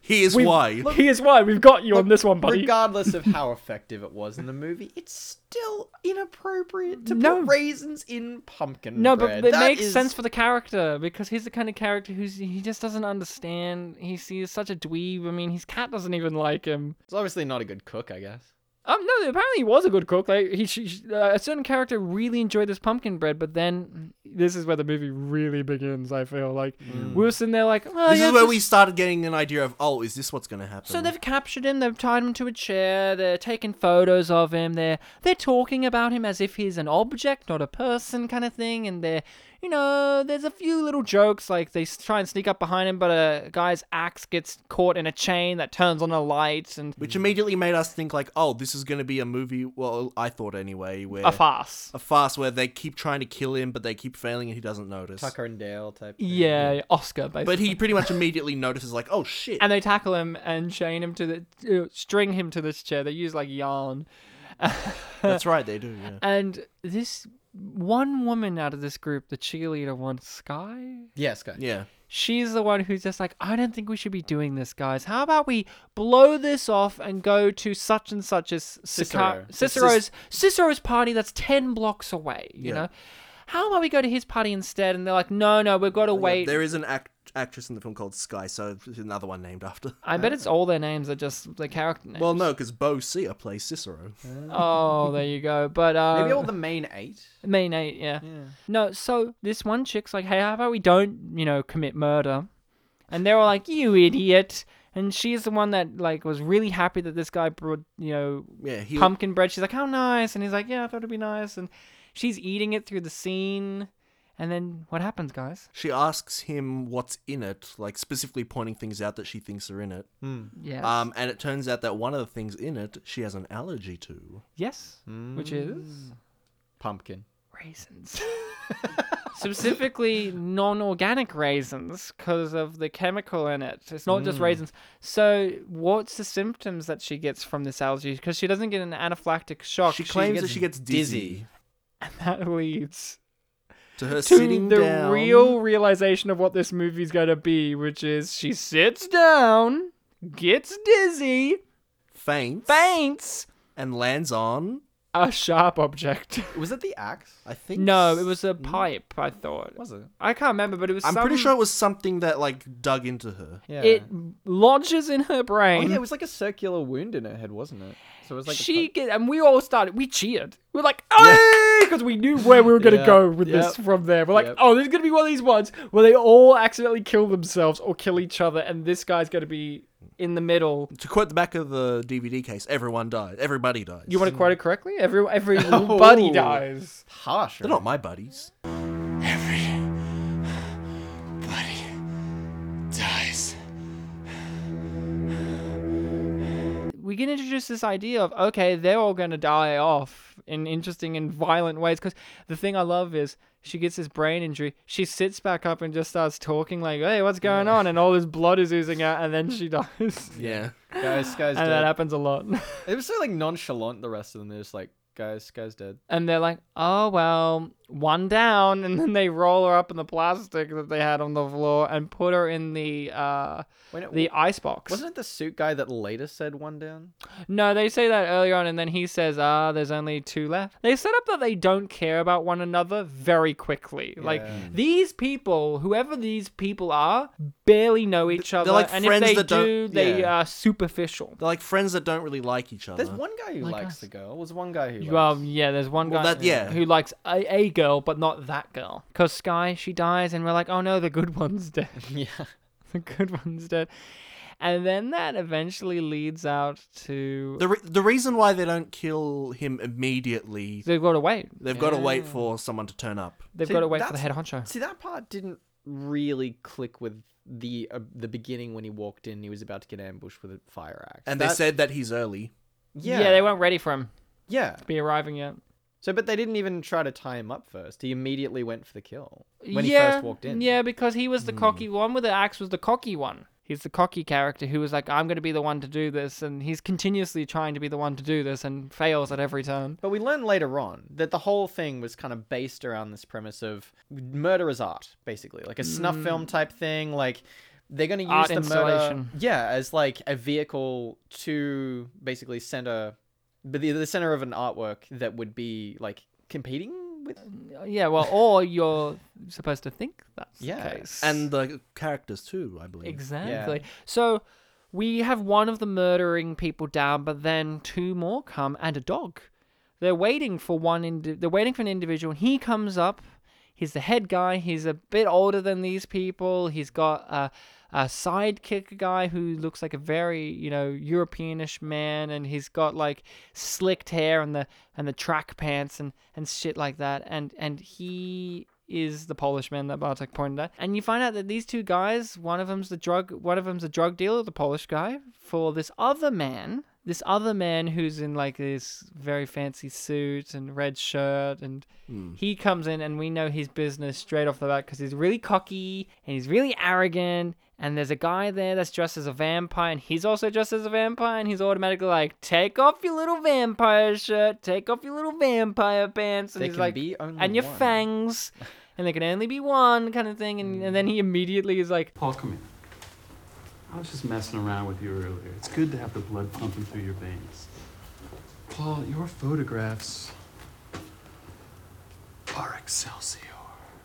Here's We've- why. Here's why. We've got you on this one, buddy. Regardless of how effective it was in the movie, it's still inappropriate to No. put raisins in pumpkin No, bread. but it That makes is- sense for the character because he's the kind of character who's he just doesn't understand. He sees such a dweeb. I mean, his cat doesn't even like him. It's obviously not a good cook, I guess. Um, no, apparently he was a good cook. Like he, she, she- uh, a certain character really enjoyed this pumpkin bread, but then this is where the movie really begins. I feel like Mm. we were sitting there like, oh, this yeah, is where just- we started getting an idea of oh, is this what's going to happen? So they've captured him. They've tied him to a chair. They're taking photos of him. They're they're talking about him as if he's an object, not a person, kind of thing. And they're, you know, there's a few little jokes like they s- try and sneak up behind him, but a guy's axe gets caught in a chain that turns on a light and which immediately made us think like, oh, this is going to be a movie. Well, I thought anyway, where a farce. a farce where they keep trying to kill him, but they keep failing, and he doesn't notice. Tucker and Dale type. thing. Yeah, Oscar basically. But he pretty much immediately notices, like, oh shit. and they tackle him and chain him to the uh, string him to this chair. They use like yarn. That's right, they do. Yeah. And this one woman out of this group, the cheerleader one, Sky. Yes, guys. Yeah. she's the one who's just like, I don't think we should be doing this, guys. How about we blow this off and go to such and such as Sica- Cicero. Cicero's Cicero's party that's ten blocks away. You know, how about we go to his party instead? And they're like, No, no, we've got to wait. There is an act- actress in the film called Sky, so it's another one named after. I uh, bet it's all their names are just the character names. Well, no, because Bo Sear plays Cicero. Oh, there you go. But uh, Maybe all the main eight. Main eight, yeah. No, so this one chick's like, hey, how about we don't, you know, commit murder? And they're all like, you idiot. And she's the one that like was really happy that this guy brought, you know, Yeah, he- pumpkin bread. She's like, how nice. And he's like, yeah, I thought it'd be nice. And she's eating it through the scene. And then what happens, guys? She asks him what's in it, like specifically pointing things out that she thinks are in it. Yes. Um, and it turns out that one of the things in it she has an allergy to. yes. Which mm. is Pumpkin. raisins. Specifically, non organic raisins because of the chemical in it. It's not Hmm. just raisins. So, what's the symptoms that she gets from this allergy? Because she doesn't get an anaphylactic shock. She claims that she gets dizzy. dizzy. that leads To her to sitting the down. real realization of what this movie's going to be, which is she sits down, gets dizzy, faints faints, and lands on. a sharp object. Was it the axe? I think. no, it was a pipe, I thought. Was it? I can't remember, but it was I'm some... pretty sure it was something that like dug into her. Yeah. it lodges in her Oh, brain. yeah, it was like a circular wound in her head, wasn't it? So it was like a she get, and we all started. We cheered. We are like, oh, because we knew where we were gonna Yeah, go with this yep, from there. We're like, yep. oh, there's gonna be one of these ones where they all accidentally kill themselves or kill each other, and this guy's gonna be in the middle. To quote the back of the DVD case, everyone dies. Everybody dies. You want to quote it correctly? Every every buddy Oh. dies. harsh. They're not my buddies. we get introduced this idea of okay, they're all gonna die off in interesting and violent ways. Because the thing I love is she gets this brain injury. She sits back up and just starts talking like, "Hey, what's going on?" And all this blood is oozing out, and then she dies. and Yeah. Guys, guys, that dead. happens a lot. It was so like nonchalant. The rest of them, they're just like, guys, guys, dead. and they're like, "Oh well, one down, and then they roll her up in the plastic that they had on the floor and put her in the uh, When it- the ice box. Wasn't it the suit guy that later said one down? No, they say that earlier on, and then he says, "Ah, there's only two left." They set up that they don't care about one another very quickly. Like Yeah. Hmm. these people, whoever these people are, barely know each other, like and friends if they that don't- do, they yeah. are superficial. They're like friends that don't really like each other. There's one guy who Like likes us. the girl. There's one guy who. Well, likes... yeah, there's one guy Well, that- yeah. who likes a, a girl, but not that girl. Because Sky, she dies, and we're like, oh no, the good one's dead. yeah. the good one's dead. And then that eventually leads out to. The, re- the reason why they don't kill him immediately, They've got to wait. they've got to wait for someone to turn up. They've See, got to wait for the that's- head honcho. See that part didn't really click with the uh, the beginning when he walked in. He was about to get ambushed with a fire axe. And they That- said that he's early. yeah, yeah, they weren't ready for him yeah. to be arriving yet. So, but they didn't even try to tie him up first. He immediately went for the kill when yeah, he first walked in. Hmm. Yeah, because he was the cocky one with the axe was the cocky one. He's the cocky character who was like, I'm going to be the one to do this. And he's continuously trying to be the one to do this and fails at every turn. But we learn later on that the whole thing was kind of based around this premise of murder as art, basically, like a snuff film type thing. Like they're going to use Mm. Art the installation. murder, yeah, as like a vehicle to basically center, but the, the center of an artwork that would be like competing with. Yeah, well, or you're supposed to think that's Yeah. the case. And the characters, too, I believe. Exactly. So we have one of the murdering people down, but then two more come and a dog. They're waiting for one. Indi- they're waiting for an individual. And he comes up. He's the head guy. He's a bit older than these people. He's got a, a sidekick guy who looks like a very you know Europeanish man, and he's got like slicked hair and the and the track pants and and shit like that. And and he is the Polish man that Bartek pointed at. And you find out that these two guys, one of them's the drug one of them's a drug dealer, the Polish guy, for this other man. This other man who's in like this very fancy suit and red shirt, and he comes in, and we know his business straight off the bat because he's really cocky and he's really arrogant. And there's a guy there that's dressed as a vampire, and he's also dressed as a vampire, and he's automatically like, "Take off your little vampire shirt, take off your little vampire pants," and There he's can like, be only "And your one." fang." things, and there can only be one kind of thing and, and then he immediately is like Paul, come here. I was just messing around with you earlier. It's good to have the blood pumping through your veins. Paul, your photographs are excelsior.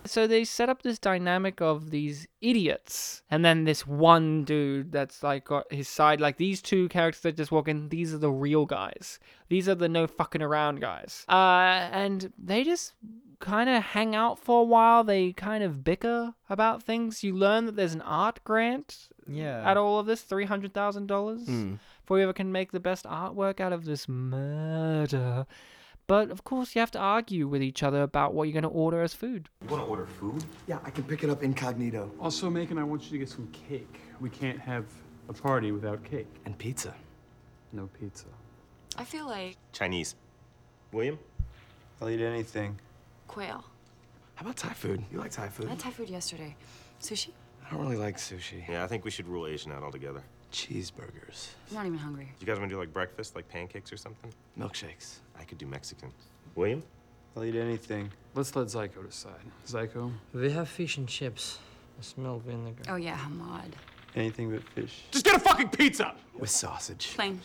so they set up this dynamic of these idiots and then this one dude that's like got his side like these two characters that just walk in these are the real guys these are the no fucking around guys uh and they just kind of hang out for a while they kind of bicker about things you learn that there's an art grant Yeah. out of all of this three hundred thousand dollars for whoever can make the best artwork out of this murder. But of course, you have to argue with each other about what you're going to order as food. You want to order food? Yeah, I can pick it up incognito. Also, Macon, I want you to get some cake. We can't have a party without cake. And pizza. No pizza. I feel like Chinese. William? I'll eat anything. quail. How about Thai food? You like Thai food? I had Thai food yesterday. Sushi? I don't really like sushi. Yeah, I think we should rule Asian out altogether. Cheeseburgers. I'm not even hungry. You guys want to do like breakfast, like pancakes or something? Milkshakes. I could do Mexican. William? I'll eat anything. Let's let Zyko decide. Zyko? We have fish and chips. I smell vinegar. Oh yeah, Hamad. Anything but fish. Just get a fucking pizza! With sausage. Plain.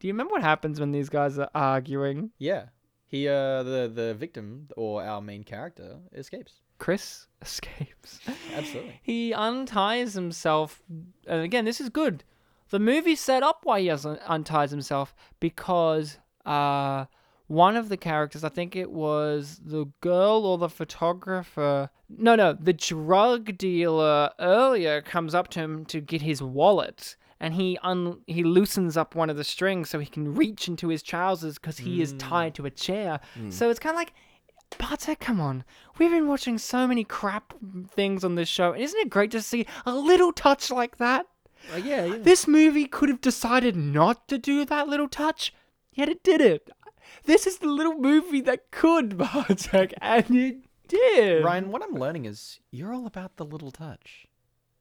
Do you remember what happens when these guys are arguing? yeah. He, uh, the the victim or our main character escapes. Chris escapes. Absolutely. He unties himself, and again, this is good. The movie set up why he has- unties himself because uh, one of the characters, I think it was the girl or the photographer, no, no, the drug dealer earlier comes up to him to get his wallet. And he un- he loosens up one of the strings so he can reach into his trousers because he is tied to a chair. So it's kind of like Bartek, come on. We've been watching so many crap things on this show, and isn't it great to see a little touch like that? yeah, yeah. This movie could have decided not to do that little touch, yet it did it. This is the little movie that could, Bartek, and it did. Ryan, what I'm learning is you're all about the little touch.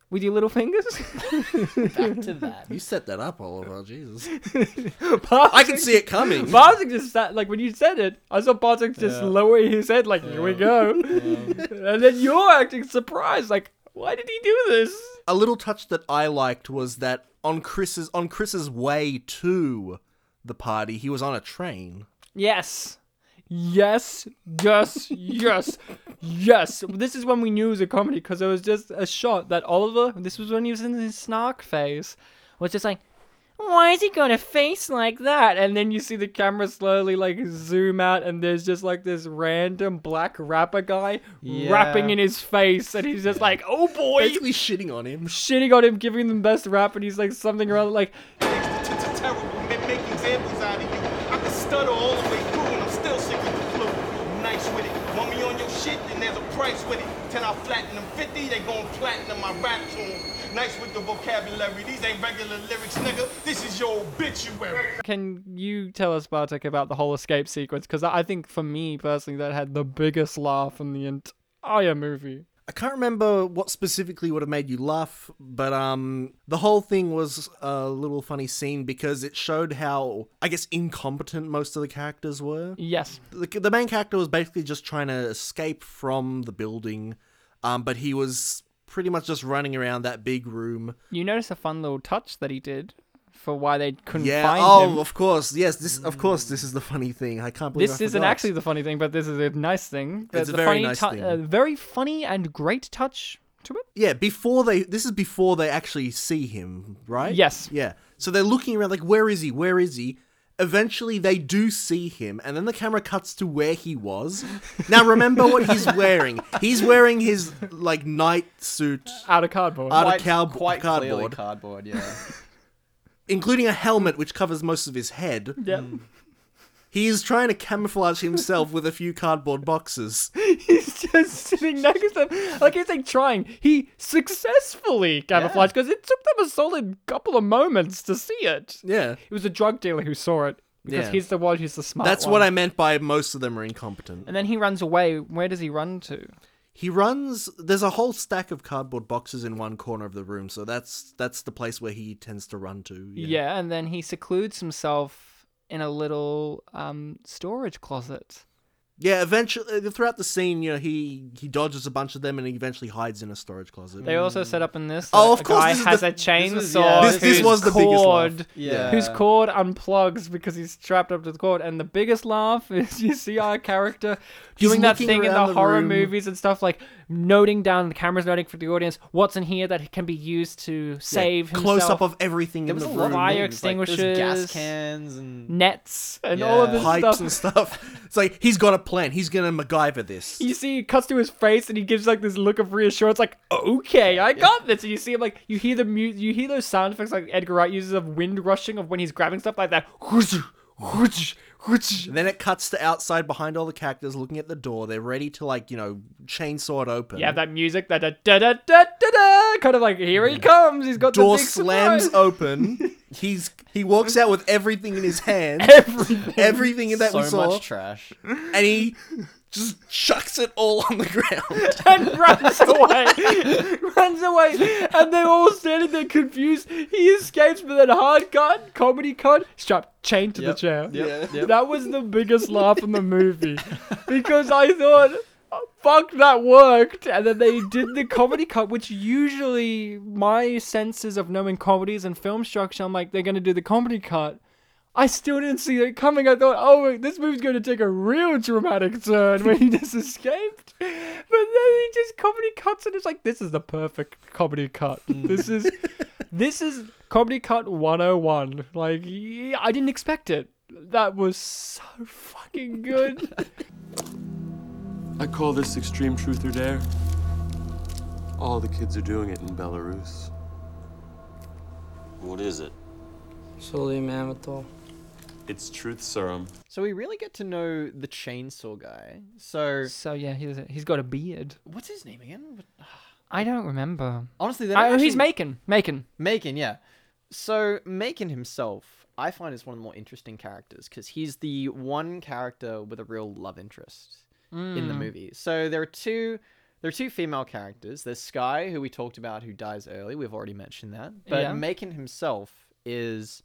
with your little fingers. Back to that. You set that up, Oliver. Jesus. I can see it coming. Bartek just sat like when you said it, I saw Bartek just lower his head like, "Here we go," and then you're acting surprised, like, "Why did he do this?" A little touch that I liked was that on Chris's on Chris's way to the party, he was on a train. Yes. Yes, yes, yes, yes. This is when we knew it was a comedy because it was just a shot that Oliver, this was when he was in his snark phase, was just like, why is he got a face like that? And then you see the camera slowly like zoom out, and there's just like this random black rapper guy rapping Yeah. in his face, and he's just like, oh boy! Basically shitting on him. Shitting on him, giving him best rap, and he's like something around like, terrible. They make examples out of you. I can stutter all the way through and I'm still sick with the flu. Nice with it. Want me on your shit, then there's a price with it. Till I flatten them 50, they gon' platinum my rap tune. Nice with the vocabulary. These ain't regular lyrics, nigga. This is your obituary. Can you tell us, Bartek, about the whole escape sequence? Because I I think for me personally, that had the biggest laugh in the entire movie. I can't remember what specifically would have made you laugh, but um, the whole thing was a little funny scene because it showed how, I guess, incompetent most of the characters were. Yes. The, the main character was basically just trying to escape from the building, um, but he was pretty much just running around that big room. You notice a fun little touch that he did for why they couldn't yeah. find oh, him. of course. Yes. This, of course, this is the funny thing. I can't believe This I isn't forgot. actually the funny thing, but this is a nice thing. It's The- the a very funny nice tou- thing. uh, very funny and great touch to it. Yeah, before they this is before they actually see him, right? Yes. Yeah. So they're looking around like where is he? Where is he? Eventually they do see him and then the camera cuts to where he was. Now remember what he's wearing. He's wearing his like night suit out of cardboard. Out Quite- of cow- quite clearly cardboard. cardboard, yeah. including a helmet which covers most of his head. Yeah. He is trying to camouflage himself with a few cardboard boxes. he's just sitting next to him. Like he's like trying. He successfully camouflaged because it took them a solid couple of moments to see it. Yeah. It was a drug dealer who saw it because Yeah. he's the one who's the smart That's one. what I meant by most of them are incompetent. And then he runs away. Where does he run to? He runs. There's a whole stack of cardboard boxes in one corner of the room, so that's that's the place where he tends to run to. Yeah, and then he secludes himself in a little um, storage closet. Yeah, eventually uh, throughout the scene, you know, he he dodges a bunch of them and he eventually hides in a storage closet. They also set up in this. Oh, that of a course, guy this is has the- a this chainsaw. was- yeah, this- this whose was the biggest laugh. cord, Yeah. Whose cord unplugs because he's strapped up to the cord, and the biggest laugh is you see our character He's doing that looking thing in the, around the horror room. movies and stuff, like noting down the camera's noting for the audience what's in here that can be used to save himself. close up of everything There in was the a room. lot of fire things, like there's gas extinguishers, cans, and nets, and all of this pipes stuff. and stuff. It's like he's got a plan. He's gonna MacGyver this. you see it cuts to his face and he gives like this look of reassurance like okay i got this and you see him like you hear the mu- you hear those sound effects like edgar wright uses of wind rushing of when he's grabbing stuff like that And then it cuts to outside behind all the characters looking at the door. They're ready to like you know chainsaw it open. you have that music that da da da da da da kind of like here he comes he's got door the big slams surprise. open. He's he walks out with everything in his hand, everything, everything that we So saw, much trash. and he just chucks it all on the ground. and runs away. runs away. And they're all standing there confused. He escapes with a hard cut, comedy cut, strapped chained to the chair. yep, Yeah. yep. That was the biggest laugh in the movie. Because I thought, "Oh, fuck, that worked. And then they did the comedy cut, which usually my senses of knowing comedies and film structure, I'm like, they're going to do the comedy cut. I still didn't see it coming. I thought, oh, this movie's going to take a real dramatic turn when he just escaped. But then he just comedy cuts, and it's like, this is the perfect comedy cut. This is, this is comedy cut 101. Like, yeah, I didn't expect it. That was so fucking good. I call this extreme truth or dare. All the kids are doing it in Belarus. What is it? It's truth serum. So we really get to know the chainsaw guy. So so yeah, he's he's got a beard. What's his name again? I don't remember. Honestly, they oh, don't he's actually- Macon. Macon. Macon, yeah. So Macon himself, I find is one of the more interesting characters because he's the one character with a real love interest in the Mm. movie. So there are two There are two female characters. There's Sky, who we talked about, who dies early. We've already mentioned that. But Yeah. Macon himself is.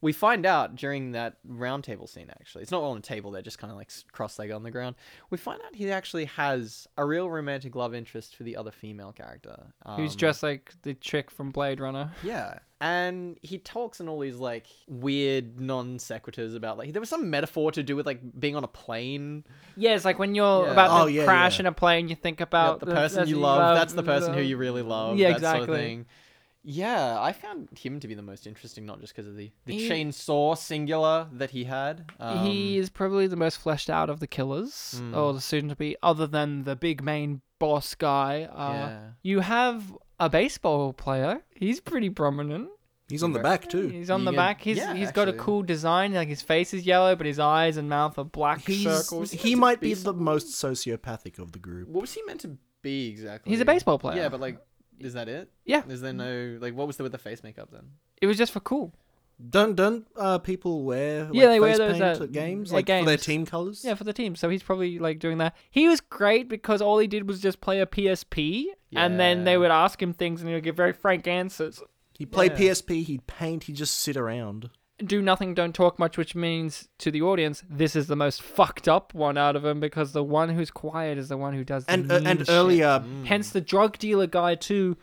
We find out during that round table scene, actually. It's not on a table, they're just kind of like cross legged on the ground. We find out he actually has a real romantic love interest for the other female character. Who's Um, dressed like the chick from Blade Runner? yeah. And he talks in all these like weird non sequiturs about like there was some metaphor to do with like being on a plane. Yeah, it's like when you're Yeah. about to Oh, yeah, crash yeah. in a plane, you think about the person you love, that's the person who you really love. Yeah, that exactly. Sort of thing. Yeah, I found him to be the most interesting, not just because of the, the He- chainsaw singular that he had. Um, he is probably the most fleshed out of the killers, Hmm. Mm. or the soon to be, other than the big main boss guy. Uh, Yeah. You have a baseball player. He's pretty prominent. He's on the back too. He's on You the can- back. He's yeah, he's got a actually. cool design. Like his face is yellow, but his eyes and mouth are black He's, circles. he might be the most sociopathic of the group. What was he meant to be exactly? He's a baseball player. Yeah, but like, is that it? Yeah. Is there no like what was there with the face makeup then? It was just for cool. Don't don't uh, people wear like, yeah, they face wear those paint uh, at games at like for their games. team colors. Yeah, for the team. So he's probably like doing that. He was great because all he did was just play a PSP, and then they would ask him things, and he would give very frank answers. He'd play PSP. He'd paint. He'd just sit around. do nothing, don't talk much, which means to the audience, this is the most fucked up one out of him because the one who's quiet is the one who does the And- uh, mean and shit. earlier- Mm. hence the drug dealer guy too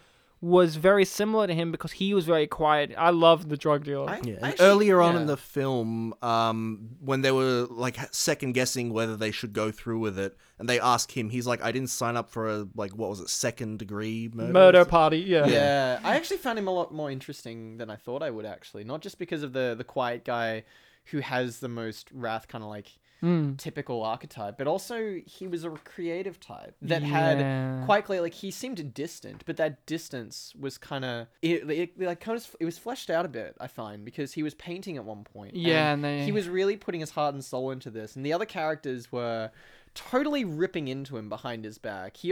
was very similar to him because he was very quiet. I love the drug dealer. Yeah. And earlier on in the film, um, when they were like second guessing whether they should go through with it, and they ask him, he's like, "I didn't sign up for a like what was it, second degree murder, Murder party, yeah. Yeah, I actually found him a lot more interesting than I thought I would actually. Not just because of the the quiet guy who has the most wrath kind of like Mm. typical archetype, but also he was a creative type that had Yeah. quite clear like he seemed distant, but that distance was kind of it, it like kind of it was fleshed out a bit, I find, because he was painting at one point. Yeah, and they- he was really putting his heart and soul into this, and the other characters were totally ripping into him behind his back. He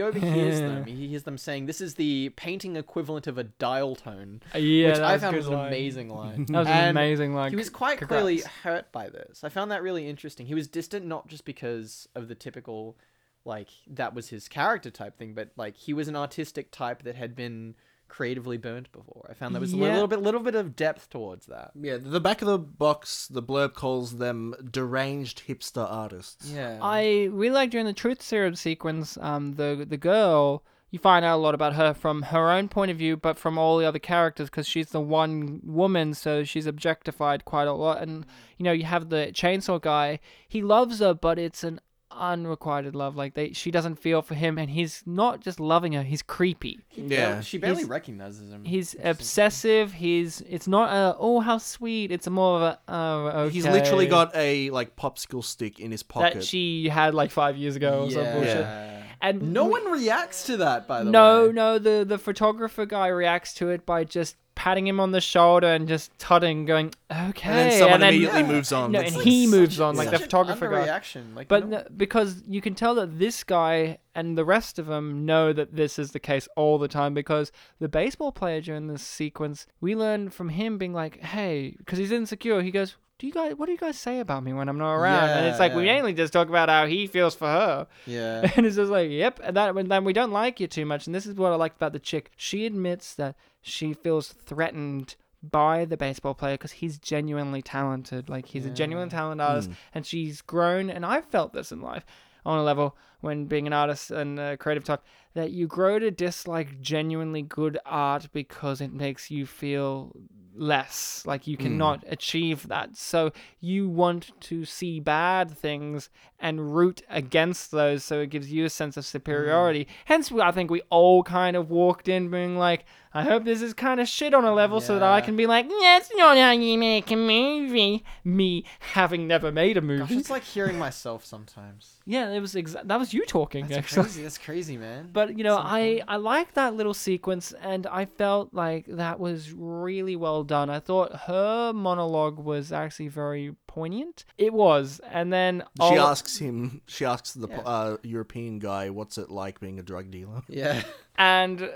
overhears them. He hears them saying, "This is the painting equivalent of a dial tone," Uh, yeah, which that I was a found good was an line. amazing line. That was an And amazing line. He was quite Congrats. clearly hurt by this. I found that really interesting. He was distant not just because of the typical, like that was his character type thing, but like he was an artistic type that had been creatively burnt before. I found there was a Yeah. little bit, little bit of depth towards that. Yeah, the back of the box, the blurb calls them deranged hipster artists. Yeah. I really like during the truth serum sequence, um, the the girl. You find out a lot about her from her own point of view, but from all the other characters, because she's the one woman, so she's objectified quite a lot. And you know, you have the chainsaw guy. He loves her, but it's an unrequited love. Like they, she doesn't feel for him, and he's not just loving her; he's creepy. Yeah. She barely He's- recognizes him. He's obsessive. He's. It's not a. Oh, how sweet. It's more of a. Oh, okay. He's literally got a like popsicle stick in his pocket. that she had like five years ago or some Yeah. bullshit. Yeah. And no one reacts to that, by the way. no, no, the the photographer guy reacts to it by just patting him on the shoulder and just tutting, going, "Okay." someone immediately moves on. No, That's and like he such- moves on, yeah. like the such an photographer guy. underreaction, like, but no- n- because you can tell that this guy and the rest of them know that this is the case all the time because the baseball player during this sequence, we learn from him being like, "Hey," because he's insecure. He goes. Do you guys? What do you guys say about me when I'm not around? and Yeah, it's like we yeah. mainly just talk about how he feels for her. Yeah. And it's just like, yep, and that and then we don't like you too much. And this is what I liked about the chick. She admits that she feels threatened by the baseball player because he's genuinely talented. Like he's a genuine talent artist, Mm. and she's grown. And I've felt this in life on a level when being an artist and uh, creative type that you grow to dislike genuinely good art because it makes you feel less like you Hmm. Mm. cannot achieve that so you want to see bad things and root against those so it gives you a sense of superiority Hmm. hence we- i think we all kind of walked in being like i hope this is kind of shit on a level so that i can be like yeah it's not how you make a movie me having never made a movie Gosh, it's like hearing myself sometimes. yeah, it was exa- that was you talking That's actually. crazy. That's crazy, man. But you know, I I like that little sequence, and I felt like that was really well done. I thought her monologue was actually very poignant. It was, and then She all- asks him. She asks the uh, European guy, "What's it like being a drug dealer?" Yeah. and uh,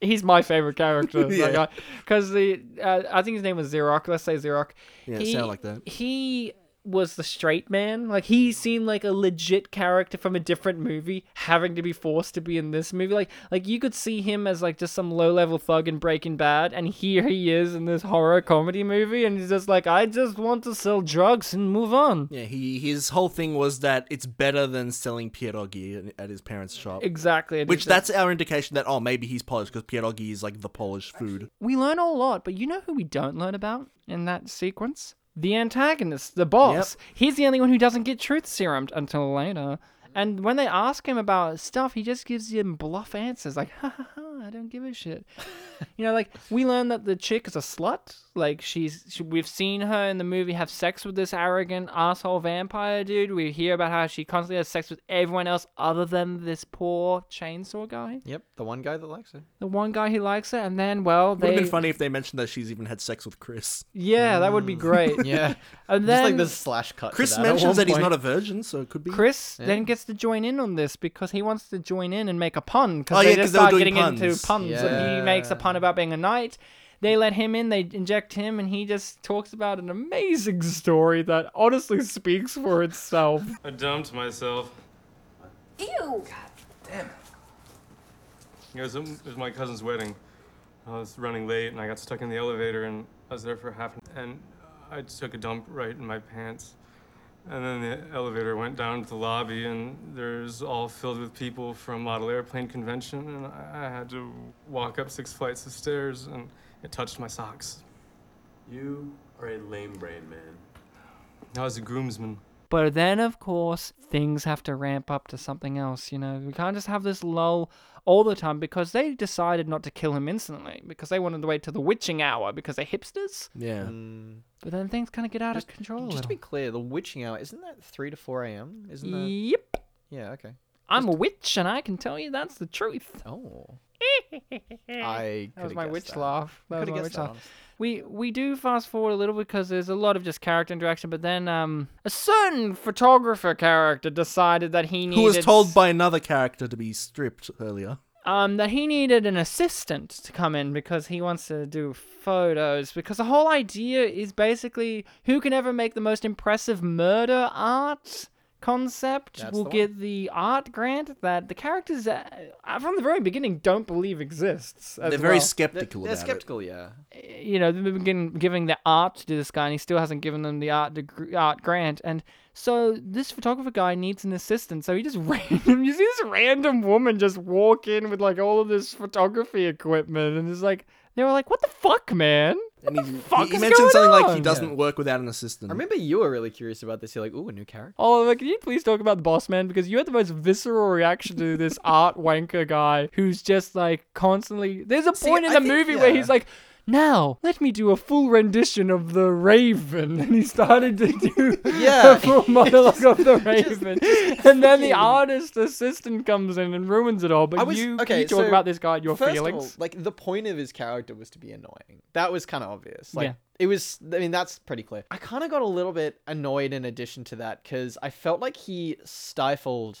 he's my favorite character. Yeah. Because the uh, I think his name was Xeroc. Let's say Xeroc. Yeah, it sounded like that. He was the straight man. Like he seemed like a legit character from a different movie, having to be forced to be in this movie. Like like you could see him as like just some low level thug in Breaking Bad, and here he is in this horror comedy movie, and he's just like, I just want to sell drugs and move on. Yeah, he his whole thing was that it's better than selling pierogi at his parents' shop. Exactly, and Which it's just- that's our indication that oh maybe he's Polish because pierogi is like the Polish food. We learn a lot, but you know who we don't learn about in that sequence? The antagonist, the boss. He's the only one who doesn't get truth serumed until later. And when they ask him about stuff, he just gives them bluff answers like, ha ha ha, I don't give a shit. you know, like, we learn that the chick is a slut. Like, she's, she, we've seen her in the movie have sex with this arrogant asshole vampire dude. We hear about how she constantly has sex with everyone else other than this poor chainsaw guy. Yep, the one guy that likes it. The one guy who likes it, and then, well, Would they. have been funny if they mentioned that she's even had sex with Chris. Yeah, that would be Mm. great. and then cut. Chris mentions that he's not a virgin, so it could be Chris Yeah. then gets to join in on this because he wants to join in and make a pun because Oh, they yeah, just 'cause they were start doing getting into puns. puns and he Yeah. makes a pun about being a knight. They let him in, they inject him, and he just talks about an amazing story that honestly speaks for itself. I dumped myself. Ew! It was, it was my cousin's wedding. I was running late and I got stuck in the elevator and I was there for half an and I took a dump right in my pants. And then the elevator went down to the lobby and there's all filled with people from Model Airplane Convention and I I had to walk up six flights of stairs and it touched my socks. You are a lame brain man. I was a groomsman. But then, of course, things have to ramp up to something else. You know, we can't just have this lull all the time because they decided not to kill him instantly because they wanted to wait till the witching hour because they're hipsters. Yeah. Mm. But then things kind of get out of control. a Just to little. be clear, the witching hour isn't that three to four a.m. Isn't that? Yep. Yeah. Okay. I'm a witch, and I can tell you that's the truth. Oh. I That was coulda my guessed witch that. laugh. That was Coulda my guessed witch that, laugh. honestly. We we do fast forward a little because there's a lot of just character interaction, but then um a certain photographer character decided that he needed who was told by another character to be stripped earlier. um, that he needed an assistant to come in because he wants to do photos. Because the whole idea is basically who can ever make the most impressive murder art concept That's will the one. get the art grant that the characters uh, from the very beginning don't believe exists. as They're very well. skeptical They're about it. skeptical. Yeah. You know, they've been giving- giving the art to this guy, and he still hasn't given them the art deg- art grant. And so this photographer guy needs an assistant. So he just random, you see this random woman just walk in with like all of this photography equipment, and it's like they were like, "What the fuck, man?" And he, fuck he is mentioned going something like he on? doesn't Yeah. work without an assistant. I remember you were really curious about this. You're like, ooh, a new character. Oh, like, can you please talk about the boss man? Because you had the most visceral reaction to this art wanker guy who's just like constantly. There's a See, point in I the think- movie where yeah. he's like, now let me do a full rendition of the Raven, and he started to do Yeah. a full monologue of the Raven, and then the artist assistant comes in and ruins it all. But I was you, okay. you talk so about this guy, and your first of all, feelings. like the point of his character was to be annoying. That was kind of obvious. Like Yeah. it was. I mean, that's pretty clear. I kind of got a little bit annoyed in addition to that because I felt like he stifled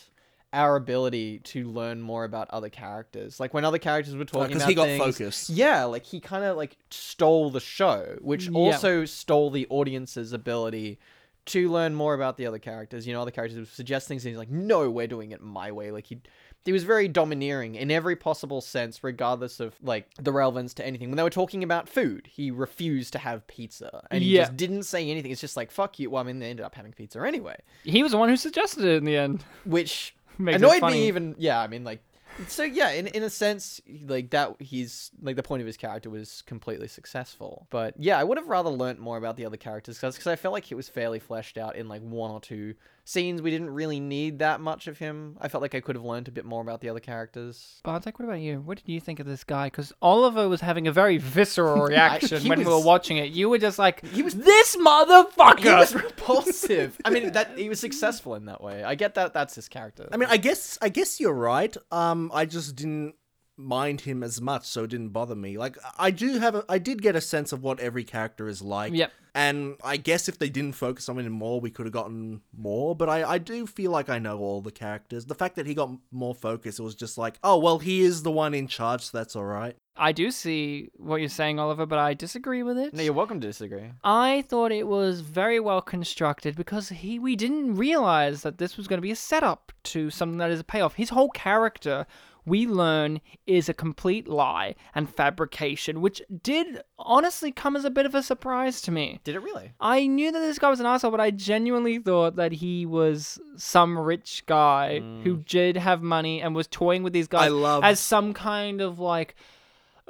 our ability to learn more about other characters. Like when other characters were talking Uh, 'cause about he got things- focus. Yeah, like he kind of like stole the show, which Yeah. also stole the audience's ability to learn more about the other characters. You know, other characters would suggest things, and he's like, "No, we're doing it my way." Like he, he was very domineering in every possible sense, regardless of like the relevance to anything. When they were talking about food, he refused to have pizza, and he Yeah. just didn't say anything. It's just like, "Fuck you." Well, I mean, they ended up having pizza anyway, he was the one who suggested it in the end, which Makes it annoyed funny. me even. Yeah, I mean, like. So yeah, in, in a sense, like that, he's like the point of his character was completely successful. But yeah, I would have rather learnt more about the other characters because I felt like it was fairly fleshed out in like one or two scenes. We didn't really need that much of him. I felt like I could have learnt a bit more about the other characters. Bartek, what about you? What did you think of this guy? Because Oliver was having a very visceral reaction he when we were was- watching it. You were just like, he was this motherfucker. He was repulsive. I mean, that he was successful in that way. I get that. That's his character. I mean, I guess I guess you're right. Um, I just didn't mind him as much, so it didn't bother me. Like I do have, a, I did get a sense of what every character is like. Yep. And I guess if they didn't focus on it more, we could have gotten more. But I, I do feel like I know all the characters. The fact that he got more focus, it was just like, oh, well, he is the one in charge, so that's all right. I do see what you're saying, Oliver, but I disagree with it. No, you're welcome to disagree. I thought it was very well constructed because he we didn't realize that this was going to be a setup to something that is a payoff. His whole character we learn is a complete lie and fabrication, which did honestly come as a bit of a surprise to me. Did it really? I knew that this guy was an asshole, but I genuinely thought that he was some rich guy who did have money and was toying with these guys loved- as some kind of like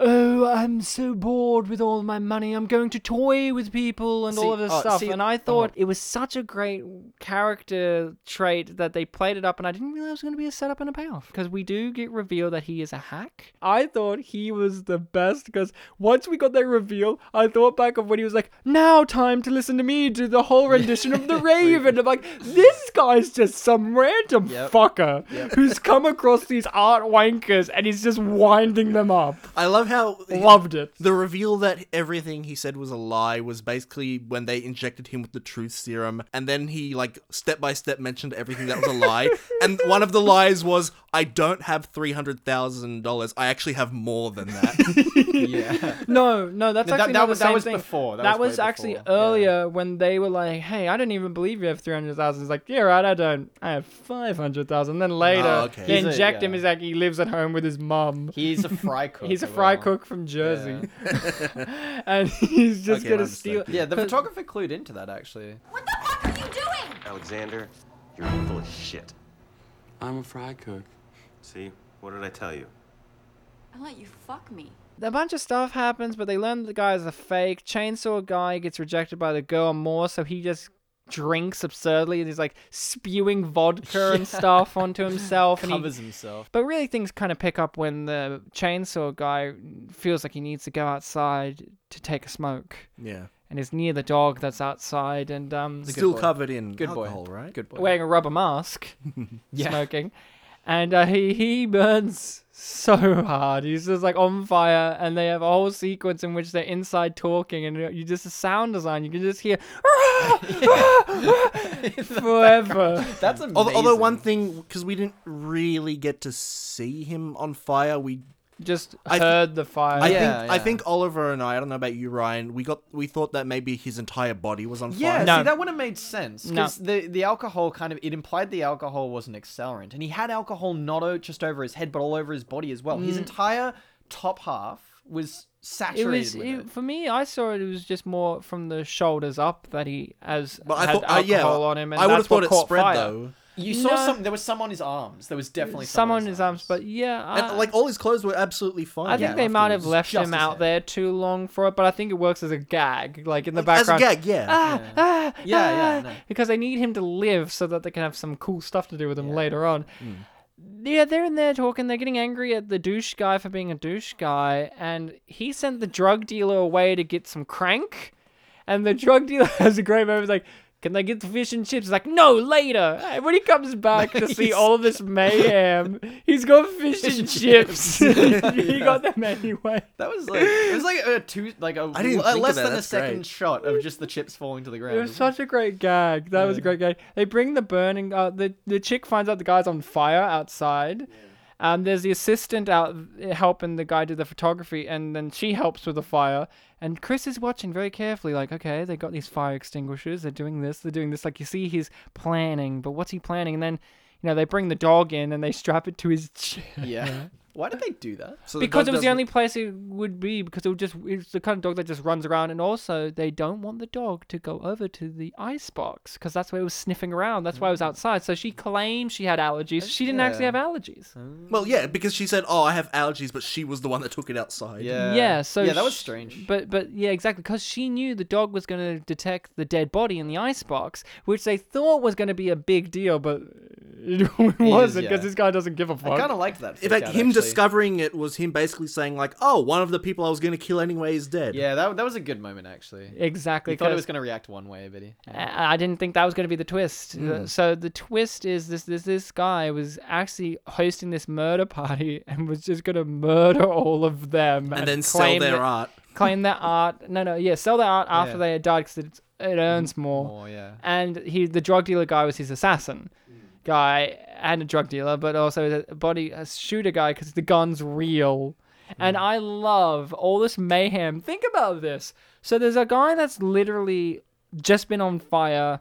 oh, I'm so bored with all my money. I'm going to toy with people and all See, of this oh, stuff. see- and I thought it was such a great character trait that they played it up, and I didn't realize it was going to be a setup and a payoff because we do get revealed that he is a hack. I thought he was the best because once we got that reveal, I thought back of when he was like, "Now time to listen to me do the whole rendition of the Raven." I'm like, this guy's just some random Yep. fucker Yep. who's come across these art wankers and he's just winding them up. I love how loved it. The reveal that everything he said was a lie was basically when they injected him with the truth serum, and then he like step by step mentioned everything that was a lie. and one of the lies was, "I don't have three hundred thousand dollars. I actually have more than that." No, no, that's No, that- actually that not was- the that same was thing. before, that That was way was actually before, earlier when they were like, "Hey, I don't even believe you have three hundred thousand. It's like, "Yeah, right, I don't. I have five hundred thousand. Then later, Oh, okay. they He's a- inject him. yeah. Oh, He's like, he lives at home with his mum. He's a fry cook he's a as fry well. cook from Jersey, and he's just Okay, I gonna steal. understand. Yeah, the 'cause- photographer clued into that actually. Alexander, you're full of shit. I'm a fry cook. See, what did I tell you? I let you fuck me. a bunch of stuff happens, but they learn the guy's a fake. Chainsaw guy gets rejected by the girl more, so he just drinks absurdly and he's like spewing vodka and Yeah. stuff onto himself and he- Covers himself. But really, things kind of pick up when the chainsaw guy feels like he needs to go outside to take a smoke. Yeah. And is near the dog that's outside and um Still covered in Good boy. alcohol, right? Good wearing a rubber mask, Yeah. smoking, and uh, he he burns so hard. He's just like on fire, and they have a whole sequence in which they're inside talking, and uh, you- you just the sound design. You can just hear forever. That's Although, although one thing, because we didn't really get to see him on fire, we just thi- heard the fire. I Yeah, think I yeah. think Oliver and I, I don't know about you, Ryan. We got we thought that maybe his entire body was on Yeah, fire. see that would have made sense No. because the the alcohol kind of it implied the alcohol was an accelerant, and he had alcohol not o- just over his head but all over his body as well. His Mm. entire top half was It saturated was with it- for me. I saw it, was just more from the shoulders up that he has But I had thought- alcohol uh, yeah, on him, and I would've that's what thought it caught spread, fire. though. You saw No. some. There was some on his arms. There was definitely some on his arms, but yeah, I, And, like all his clothes were absolutely fine. I think they might have left him out there too long for it, but I think it works as a gag, like in the As a background. gag, yeah. Ah, Yeah. ah, Yeah, yeah, ah, no. Because they need him to live so that they can have some cool stuff to do with him later on. Yeah, they're in there talking. They're getting angry at the douche guy for being a douche guy, and he sent the drug dealer away to get some crank. And the drug dealer has a great moment. He's like, "Can I get the fish and chips?" He's like, "No, later." And when he comes back to see He's- all of this mayhem, he's got fish, and, chips. he got them anyway. That was like it was like a two like a, I didn't a think of less that, than a that's second great. shot of just the chips falling to the ground. It was such a great gag. That was a great gag. They bring the burning. Uh, the the chick finds out the guy's on fire outside. Um, there's the assistant out helping the guy do the photography, and then she helps with the fire. And Chris is watching very carefully, like, okay, they got these fire extinguishers. They're doing this. They're doing this. Like you see, he's planning. But what's he planning? And then, you know, they bring the dog in and they strap it to his chair. Yeah. Why did they do that? because it was the only place it would be because it would just it's the kind of dog that just runs around and also they don't want the dog to go over to the ice box because that's where it was sniffing around that's why it was outside so she claimed she had allergies she didn't actually yeah. Oh. have allergies Well, yeah, because she said, "Oh, I have allergies," but she was the one that took it outside. yeah, so sh- but but yeah exactly because she knew the dog was going to detect the dead body in the ice box which they thought was going to be a big deal but it wasn't because yeah. this guy doesn't give a fuck In fact, him discovering it was him basically saying, like, "Oh, one of the people I was going to kill anyway is dead." Yeah, that, that was a good moment actually. Exactly, He thought it 'cause- was going to react one way, but he. I I didn't think that was going to be the twist. Hmm. Uh, Mm. So the twist is this: this this guy was actually hosting this murder party and was just going to murder all of them And then sell claim their that- art. claim their art. No, no, yeah, sell their art after Yeah. they had died because it, it Mm. earns more. more, Oh, yeah. And he, the drug dealer guy, was his assassin guy and a drug dealer, but also a body a shooter guy because the gun's real. And I love all this mayhem. Think about this. So there's a guy that's literally just been on fire,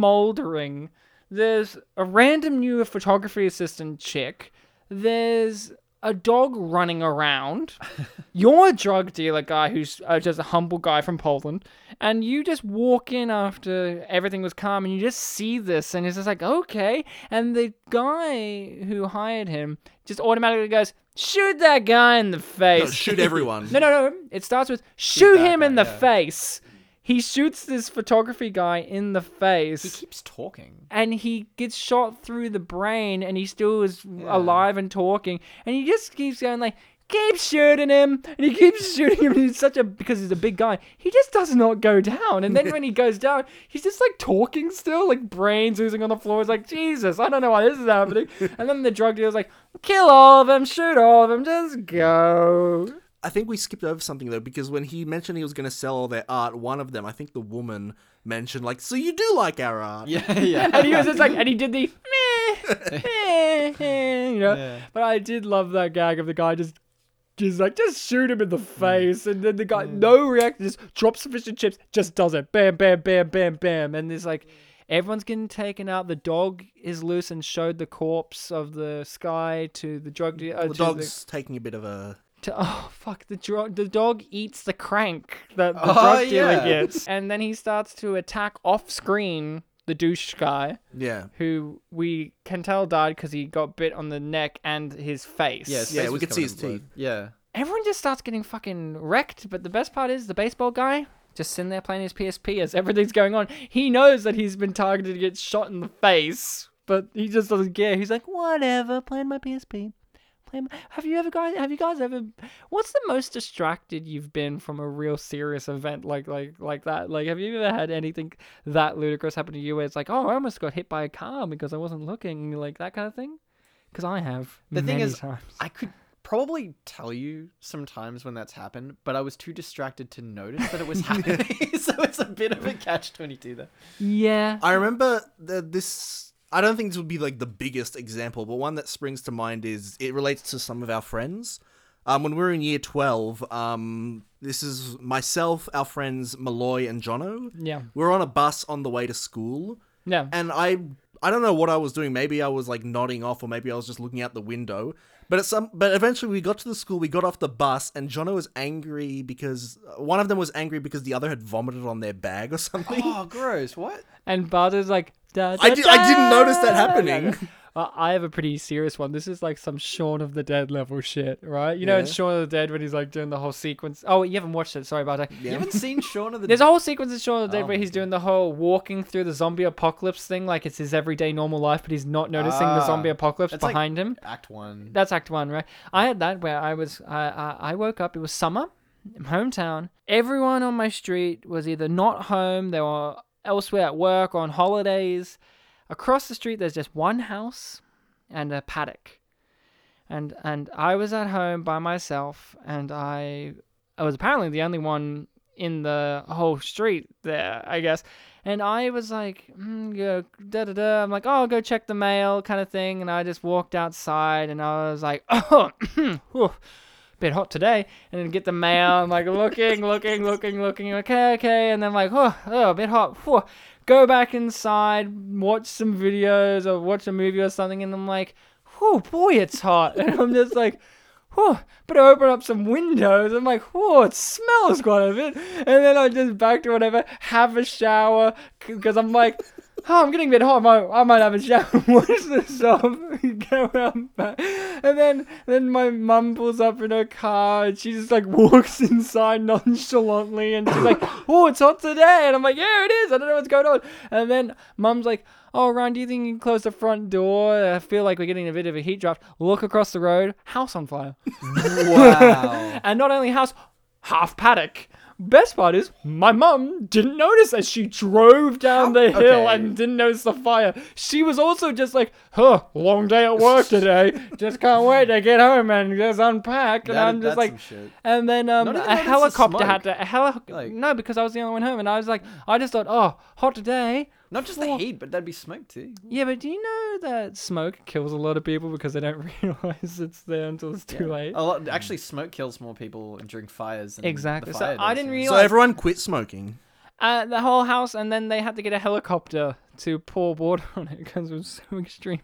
smoldering. There's a random new photography assistant chick. There's a dog running around. You're a drug dealer guy who's uh, just a humble guy from Poland. And you just walk in after everything was calm and you just see this and it's just like, okay. And the guy who hired him just automatically goes, shoot that guy in the face. shoot everyone. no, no, no. It starts with, shoot, him in the face. He shoots this photography guy in the face. He keeps talking. And he gets shot through the brain and he still is alive and talking. And he just keeps going like, keep shooting him. And he keeps shooting him. And he's such a, because he's a big guy, he just does not go down. And then when he goes down, he's just like talking still, like brains oozing on the floor. It's like, Jesus, I don't know why this is happening. and then the drug dealer's like, kill all of them, shoot all of them, just go. I think we skipped over something though, because when he mentioned he was going to sell all their art, one of them, I think the woman mentioned, like, "So you do like our art?" Yeah, and he was just like, and he did the meh, meh, meh, you know. But I did love that gag of the guy just, just like, just shoot him in the face, and then the guy no reaction, just drops a fish and chips, just does it, bam, bam, bam, bam, bam, and there's like. Everyone's getting taken out. The dog is loose and showed the corpse of the sky to the drug dealer. the dog's taking a bit of a To, oh fuck! The dro- the dog eats the crank that the Oh, drug dealer yeah. gets, and then he starts to attack off screen the douche guy. Yeah. Who we can tell died because he got bit on the neck and his face. Yeah, his face was covered in blood. Yeah. Everyone just starts getting fucking wrecked, but the best part is the baseball guy just sitting there playing his PSP as everything's going on. He knows that he's been targeted to get shot in the face, but he just doesn't care. He's like, whatever, playing my PSP. Playing my... Have you ever guys? Have you guys ever? What's the most distracted you've been from a real serious event like like like that? Like, have you ever had anything that ludicrous happen to you? Where it's like, oh, I almost got hit by a car because I wasn't looking, like that kind of thing. Because I have. The thing many is, times. I could probably tell you sometimes when that's happened, but I was too distracted to notice that it was happening. so it's a bit of a catch twenty two there. Yeah. I remember that this. I don't think this would be like the biggest example, but one that springs to mind is it relates to some of our friends. Um, when we were in year 12, um, this is myself, our friends Malloy and Jono. Yeah. We were on a bus on the way to school. Yeah. And I I don't know what I was doing. Maybe I was like nodding off or maybe I was just looking out the window. But at some but eventually we got to the school, we got off the bus and Jono was angry because one of them was angry because the other had vomited on their bag or something. Oh, gross! What? And Barter's like, da, da, I di- I da. didn't notice that happening. Uh, I have a pretty serious one. This is like some Shaun of the Dead level shit, right? You know, in Yeah. Shaun of the Dead when he's like doing the whole sequence. Oh, you haven't watched it. Sorry, Barter. You haven't seen Shaun of the There's a whole sequence in Shaun of the Dead Oh where he's doing the whole walking through the zombie apocalypse thing, like it's his everyday normal life, but he's not noticing the Ah, zombie apocalypse that's like behind him. Act one. That's Act One, right? I had that where I was, I, I, I woke up. It was summer, in my hometown. Everyone on my street was either not home, they were elsewhere at work, on holidays. Across the street, there's just one house and a paddock, and and I was at home by myself, and I I was apparently the only one in the whole street there, I guess. And I was like, mm, yeah, da da da. I'm like, oh, I'll go check the mail, kind of thing. And I just walked outside, and I was like, oh, whew, bit hot today. And then get the mail. I'm like looking, looking, looking, looking. Okay, okay. And then like, oh, oh, a bit hot. Whew. Go back inside, watch some videos or watch a movie or something. And I'm like, oh boy, it's hot. And I'm just like whew, but I open up some windows. I'm like, whoa, it smells quite a bit. And then I just back to whatever, have a shower, because I'm like, oh, I'm getting a bit hot. I might, I might have a shower, wash this off, go out back. And then, then my mum pulls up in her car, and she just like walks inside nonchalantly, and she's like, oh, it's hot today. And I'm like, yeah, it is. I don't know what's going on. And then mum's like, Oh, Ron, do you think you can close the front door? I feel like we're getting a bit of a heat draft. Look across the road, house on fire. Wow. and not only house, half paddock. Best part is, my mum didn't notice as she drove down the hill Okay. and didn't notice the fire. She was also just like, huh, long day at work today. just can't wait to get home and just unpack. And That- I'm just that's like, some shit. and then um, Not even a notice the helicopter smoke. had to, a heli- no, because I was the only one home. And I was like, I just thought, oh, hot today. Not just the heat, but that'd be smoke too. Yeah, but do you know that smoke kills a lot of people because they don't realize it's there until it's too Yeah. late? A lot, actually, smoke kills more people during fires. Than Exactly. The So fire I does, didn't yeah. realize. So everyone quit smoking. uh, the whole house, and then they had to get a helicopter to pour water on it because it was so extreme.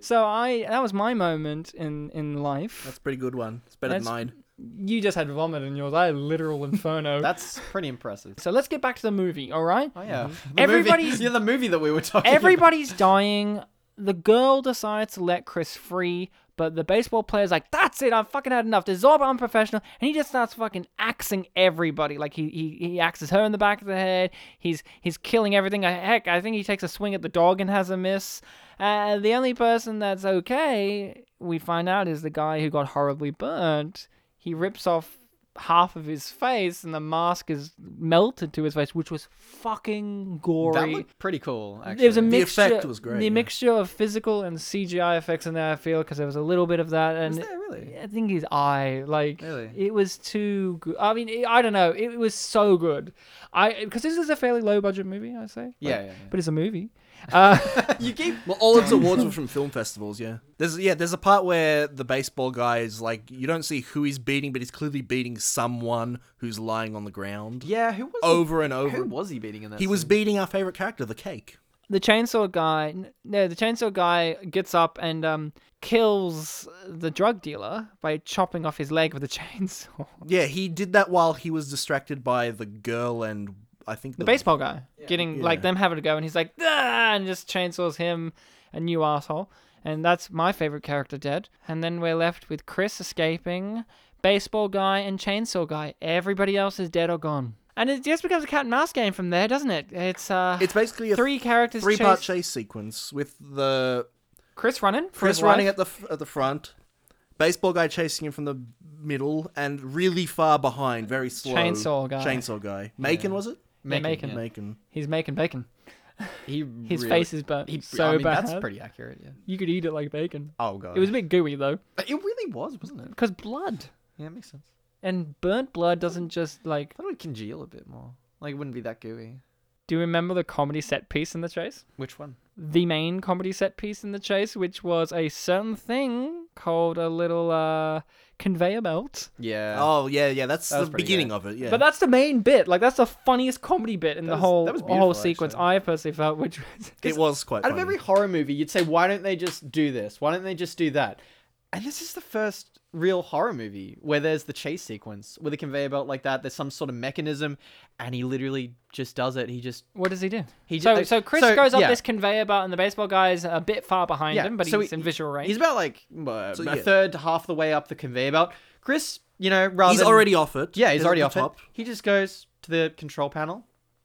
So I that was my moment in in life. That's a pretty good one. It's better than mine. That's- You just had vomit in yours. I had literal inferno. That's pretty impressive. So let's get back to the movie, all right? Oh Yeah. The movie- Everybody's yeah, the movie that we were talking. Everybody's dying. The girl decides to let Chris free, but the baseball player's like, "That's it. I've fucking had enough. This is all about unprofessional." And he just starts fucking axing everybody. Like he he, he axes her in the back of the head. He's he's killing everything. Uh, Heck, I think he takes a swing at the dog and has a miss. Uh, the only person that's okay, we find out, is the guy who got horribly burnt. He rips off half of his face, and the mask is melted to his face, which was fucking gory. That looked pretty cool. Actually, There was a The mixture. effect was great, The yeah. mixture of physical and CGI effects in there, I feel, because there was a little bit of that. And really? I think his eye, like, it was too good. I mean, it, I don't know. It, was so good. I because this is a fairly low budget movie, I say. Yeah, Like, yeah, yeah. But it's a movie. Uh, you keep well, all its awards were from film festivals. Yeah, there's yeah, there's a part where the baseball guy is like, you don't see who he's beating, but he's clearly beating someone who's lying on the ground. Yeah, who was he- over and over? Who was he beating in that? He was scene? beating our favorite character, the cake. the chainsaw guy n- no the chainsaw guy gets up and um kills the drug dealer by chopping off his leg with a chainsaw Yeah, he did that while he was distracted by the girl and I think the baseball guy getting Yeah. like them having a go and he's like "Ah," and just chainsaws him and you asshole and that's my favorite character dead and then we're left with chris escaping baseball guy and chainsaw guy everybody else is dead or gone and it just becomes a cat and mouse game from there doesn't it it's uh It's basically a three characters three part chase- chase sequence with the chris running for Chris his running life. at the f- at the front, baseball guy chasing him from the middle, and really far behind, very slow. Chainsaw guy. Chainsaw guy. Macon was it? Yeah, Macon, yeah. Macon. He's making bacon. He His really- face is burnt he- so I mean, bad. that's pretty accurate, yeah. You could eat it like bacon. Oh, God. It was a bit gooey though, It really was, wasn't it? because blood Yeah, it makes sense. and burnt blood doesn't just like. It would congeal a bit more. Like it wouldn't be that gooey. Do you remember the comedy set piece in the chase? Which one? The main comedy set piece in the chase, which was a certain thing called a little uh, conveyor belt. Yeah. Oh yeah, yeah. That's That was the pretty beginning good. of it. Yeah. But that's the main bit. Like that's the funniest comedy bit in the was- whole that was whole beautiful, sequence. I personally felt, which was it was quite. Out of Funny. every horror movie, you'd say, why don't they just do this? Why don't they just do that? And this is the first real horror movie where there's the chase sequence with a conveyor belt like that. There's some sort of mechanism, and he literally just does it. He just What does he do? He ju- so uh, so Chris so, goes up yeah. this conveyor belt, and the baseball guy is a bit far behind him, but so he's he- in visual range. He's about like uh, So, a yeah. third to half the way up the conveyor belt. Chris, you know, rather He's than- already off it. Yeah, he's He's at already the off top. it. He just goes to the control panel,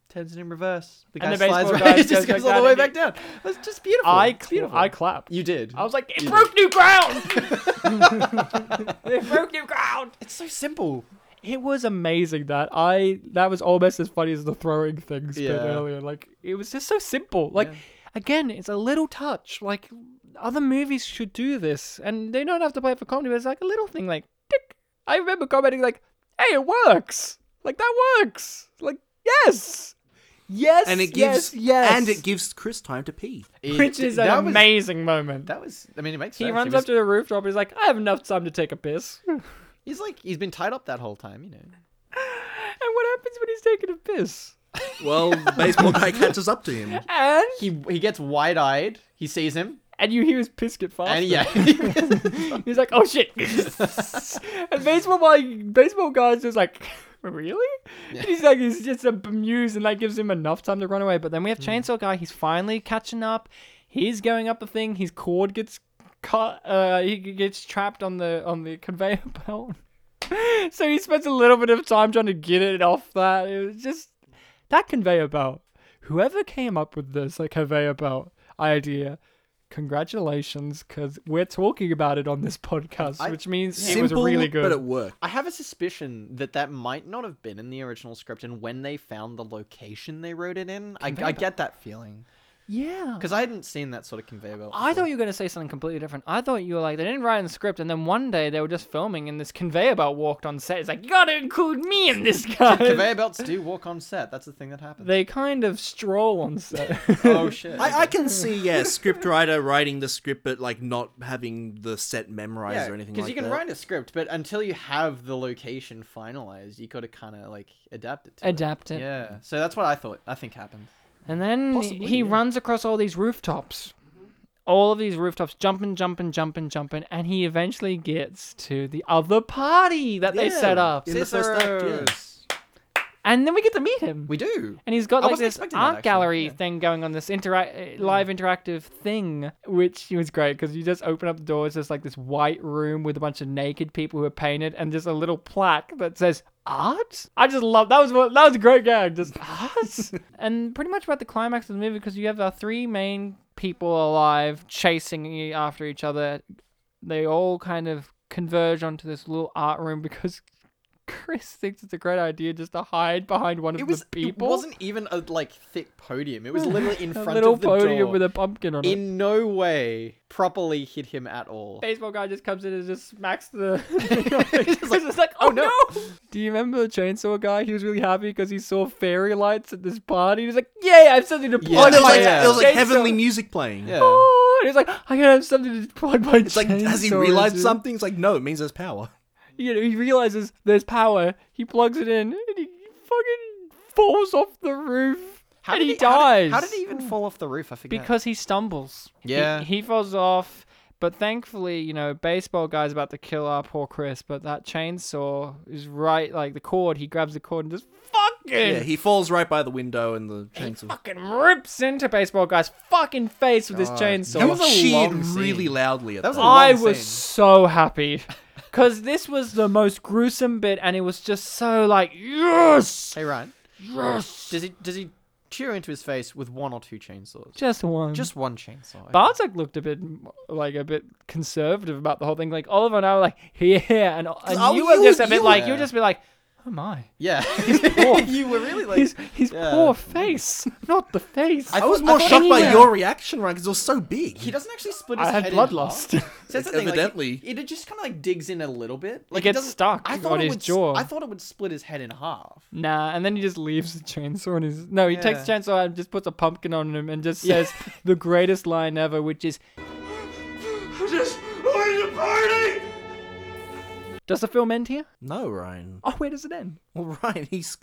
turns it in reverse. The guy And the slides baseball away, guy he just goes goes like all the that way and back he- down. It's just beautiful. I It's cla- beautiful. I clapped. You did. I was like, it You broke new ground. it broke new ground. It's so simple. It was amazing that I that was almost as funny as the throwing things bit Yeah. earlier. Like it was just so simple. Like Yeah. again, it's a little touch. Like other movies should do this, and they don't have to play it for comedy. But it's like a little thing. Like tick. I remember commenting like, "Hey, it works. Like that works. Like yes, yes, And it yes, gives yes." and it gives Chris time to pee. It- which is that an was- amazing moment. That was. I mean, it makes He sense. runs was- up to the rooftop. He's like, "I have enough time to take a piss." and He's like he's been tied up that whole time, you know. what happens when he's taking a piss? Well, the baseball guy catches up to him. And He he gets wide eyed. He sees him, and you hear his piss get faster. and yeah, he's like, "Oh shit!" and baseball guy, baseball guy's just like, "Really?" And he's like, he's just uh, bemused, and that gives him enough time to run away. But then we have chainsaw guy. He's finally catching up. He's going up the thing. His cord gets cut. Uh, he g- gets trapped on the on the conveyor belt. so he spends a little bit of time trying to get it off. That it was just that conveyor belt. Whoever came up with this like conveyor belt idea Congratulations, because we're talking about it on this podcast, I- which means it was really good. I have a suspicion that that might not have been in the original script, and when they found the location they wrote it in, I, Conveyor I belt. get that feeling. Yeah. Because I hadn't seen that sort of conveyor belt. I thought you were going to say something completely different. I thought you were like, they didn't write in the script, and then one day they were just filming, and this conveyor belt walked on set. It's like, you gotta include me in this, guy. conveyor belts do walk on set. That's the thing that happens. They kind of stroll on set. oh shit! I, I can see, yeah, scriptwriter writing the script, but like not having the set memorized or anything like you can that. write a script, but until you have the location finalized, you got to kind of like adapt it. To Adapt it. Yeah. So that's what I thought. I think happened. And then he runs across all these rooftops. All of these rooftops, jumping, jumping, jumping, jumping, and he eventually gets to the other party that they Yeah, set up. in the first act, Scissors. And then we get to meet him. We do. And he's I got like wasn't this art expecting that, actually, Mm. gallery thing going on, this intera- uh, live interactive thing, which was great because you just open up the door, it's just like this white room with a bunch of naked people who are painted, and just a little plaque that says art. I just love that was what that was a great gag, just art. and pretty much about the climax of the movie because you have our three main people alive chasing e- after each other. They all kind of converge onto this little art room because. Chris thinks it's a great idea just to hide behind one of It was. the people. It wasn't even a like thick podium. It was literally in A front little of the podium door. with a pumpkin on it. In no way properly hit him at all. baseball guy just comes in and just smacks the. He's just like, oh, no. Do you remember the chainsaw guy? He was really happy because he saw fairy lights at this party. He was like, "Yeah, I have something to Oh, plug there was my like, there was like chainsaw." heavenly music playing. Yeah. Oh, and he's like, "I gotta have something to plug my It's like, has he chainsaw realized into." something? It's like, no, it means there's power. You know, he realizes there's power. He plugs it in, and he fucking falls off the roof, and did he, How dies. did, how did he even fall off the roof? I forget. because he stumbles. He- Yeah. he, falls off. But thankfully, you know, baseball guy's about to kill our poor Chris, but that chainsaw is right, like the cord. He grabs the cord and just fucking Yeah, he falls right by the window and the chainsaw. fucking rips into baseball guy's fucking face with his God. chainsaw. You cheered really loudly at that. I was so happy because this was the most gruesome bit, and it was just so like yes. Hey Ryan. Yes. Does he does he chew into his face with one or two chainsaws? Just one. Just one chainsaw. Bartek looked a bit like a bit conservative about the whole thing. Like Oliver and I were like, yeah, and, and Oh, you were you- just a bit you- like, you Yeah. would just be like, oh my, Yeah. you were really like his his Yeah. poor face, not the face. I, was more shocked by Anywhere. your reaction, Ryan, because it was so big. He doesn't actually split I his had head blood in half. loss. So that's the thing, like, Evidently. it, it just kind of like digs in a little bit. Like gets doesn't- stuck I on thought it his would, s- jaw. I thought it would split his head in half. Nah, and then he just leaves the chainsaw and his no, he takes Yeah. chainsaw and just puts a pumpkin on him and just Yeah. says the greatest line ever, which is Just leave the party! Does the film end here? No, Ryan. Oh, where does it end? Well, Ryan, he's,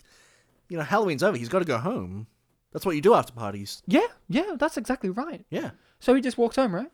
you know, Halloween's over. He's got to go home. That's what you do after parties. Yeah, yeah, that's exactly right. Yeah. So he just walks home, right?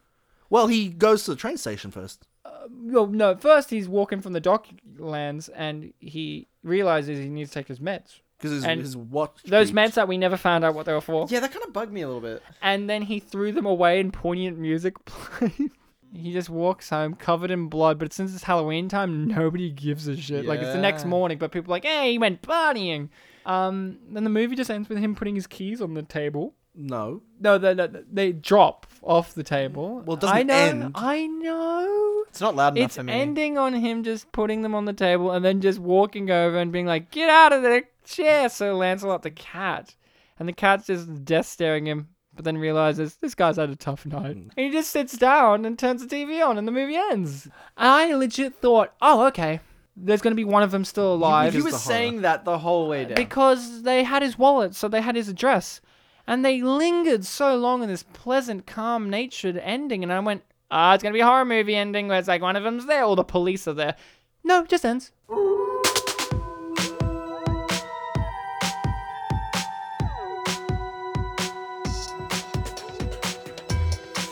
Well, he goes to the train station first. Well, no, first he's walking from the docklands and he realizes he needs to take his meds. 'Cause his- And his watch Those beeped. meds that we never found out what they were for. Yeah, that kind of bugged me a little bit. And then he threw them away and poignant music played. he just walks home covered in blood, but since it's Halloween time, nobody gives a shit. Like, it's the next Yeah. morning, but people are like, hey, he went partying. Um, then the movie just ends with him putting his keys on the table. No. No, they, they, they drop off the table. Well, it doesn't I know, end. I know. It's not loud enough It's for me. ending on him just putting them on the table and then just walking over and being like, "Get out of the chair!" So Lancelot the cat, and the cat's just death staring him, but then realizes this guy's had a tough night, and he just sits down and turns the TV on, and the movie ends. I legit thought, "Oh, okay, there's gonna be one of them still alive." you were saying that the whole way down. because they had his wallet, so they had his address, and they lingered so long in this pleasant, calm-natured ending, and I went, "Ah, it's gonna be a horror movie ending where it's like one of them's there, or the police are there." No, it just ends.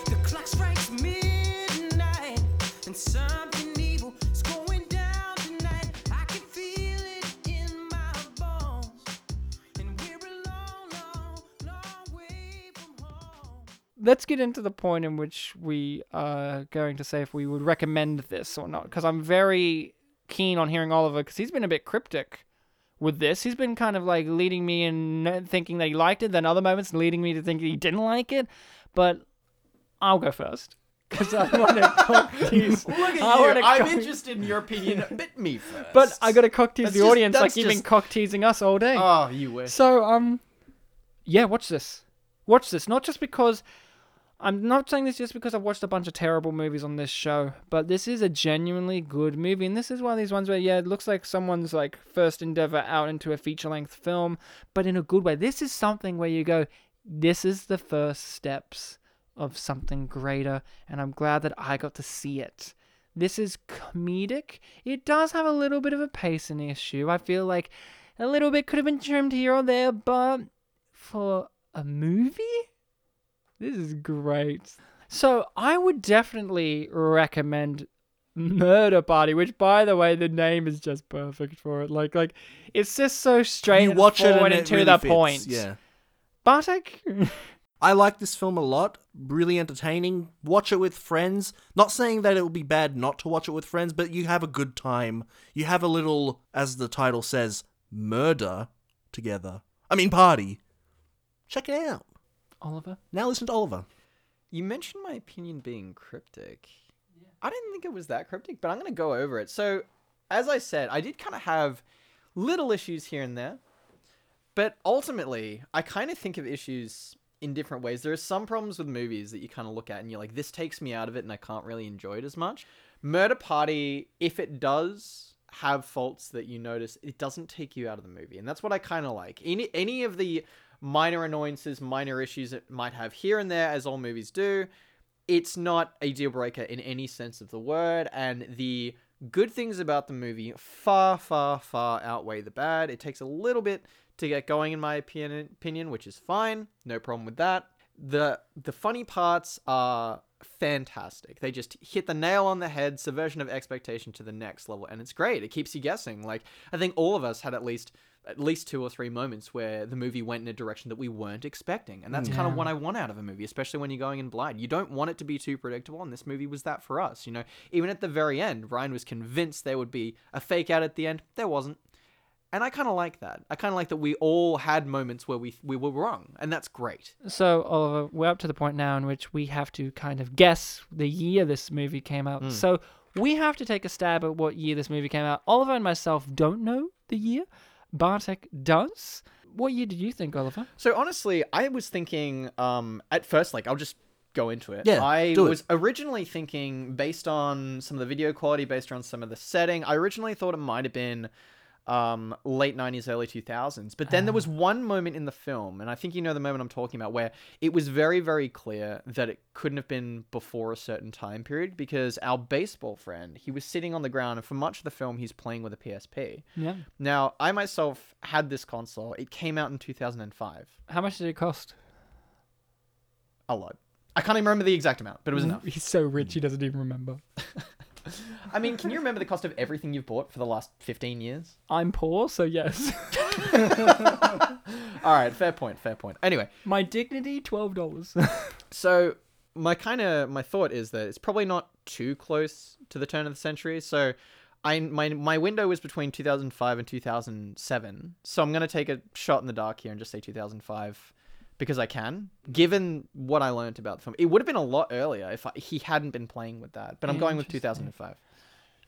The clock strikes midnight, and something evil is going down tonight. I can feel it in my bones, and we're a long, long, long way from home. Let's get into the point in which we are going to say if we would recommend this or not, because I'm very keen on hearing Oliver, because he's been a bit cryptic with this. He's been kind of like leading me in thinking that he liked it, then other moments leading me to think he didn't like it. But I'll go first because I want to cock tease. Look at I you. wanna I'm cock- interested in your opinion. Bit me first. But I got to cock tease That's the just- audience like that's you've been just- cock teasing us all day. Oh, you wish. So um, yeah, watch this. Watch this. Not just because I'm not saying this just because I've watched a bunch of terrible movies on this show, but this is a genuinely good movie, and this is one of these ones where yeah, it looks like someone's like first endeavor out into a feature length film, but in a good way. This is something where you go, this is the first steps of something greater, and I'm glad that I got to see it. This is comedic. It does have a little bit of a pacing issue. I feel like a little bit could have been trimmed here or there, but for a movie? This is great. So I would definitely recommend Murder Party, which by the way, the name is just perfect for it. Like like it's just so straight you watch it forward and and, it to really the fits, point. Yeah. Bartek? I like this film a lot. Really entertaining. Watch it with friends. Not saying that it would be bad not to watch it with friends, but you have a good time. You have a little, as the title says, murder together. I mean, party. Check it out. Oliver? Now listen to Oliver. You mentioned my opinion being cryptic. I didn't think it was that cryptic, but I'm going to go over it. So, as I said, I did kind of have little issues here and there, but ultimately, I kind of think of issues in different ways. There are some problems with movies that you kind of look at and you're like, this takes me out of it and I can't really enjoy it as much. Murder Party, if it does have faults that you notice, it doesn't take you out of the movie. And that's what I kind of like. Any, any of the minor annoyances, minor issues it might have here and there, as all movies do, it's not a deal breaker in any sense of the word. And the good things about the movie far, far, far outweigh the bad. It takes a little bit to get going, in my opinion, opinion which is fine. No problem with that. The the funny parts are fantastic. They just hit the nail on the head, subversion of expectation to the next level, and it's great. It keeps you guessing. Like I think all of us had at least at least two or three moments where the movie went in a direction that we weren't expecting. And that's kind Yeah. of what I want out of a movie, especially when you're going in blind. You don't want it to be too predictable, and this movie was that for us. You know, even at the very end, Ryan was convinced there would be a fake out at the end. There wasn't. And I kind of like that. I kind of like that we all had moments where we we were wrong, and that's great. So, Oliver, we're up to the point now in which we have to kind of guess the year this movie came out. Mm. So, we have to take a stab at what year this movie came out. Oliver and myself don't know the year. Bartek does. What year did you think, Oliver? So honestly, I was thinking um, at first, like I'll just go into it. Yeah, I do it. was originally thinking based on some of the video quality, based on some of the setting. I originally thought it might have been um, late '90s, early 2000s. But then there Ah. was one moment in the film, and I think you know the moment I'm talking about, where it was very, very clear that it couldn't have been before a certain time period because our baseball friend, he was sitting on the ground, and for much of the film, he's playing with a PSP. Yeah. Now, I myself had this console. It came out in 2005. How much did it cost? A lot. I can't even remember the exact amount, but it was enough. He's so rich he doesn't even remember. I mean, can you remember the cost of everything you've bought for the last 15 years? I'm poor, so yes. All right, fair point, fair point. Anyway, My dignity, twelve dollars. That's so my kind of my thought is that it's probably not too close to the turn of the century. So I my my window was between 2005 and 2007. So I'm going to take a shot in the dark here and just say 2005 because I can. Given what I learned about the film, it would have been a lot earlier if I, he hadn't been playing with that. But I'm going with Interesting. 2005.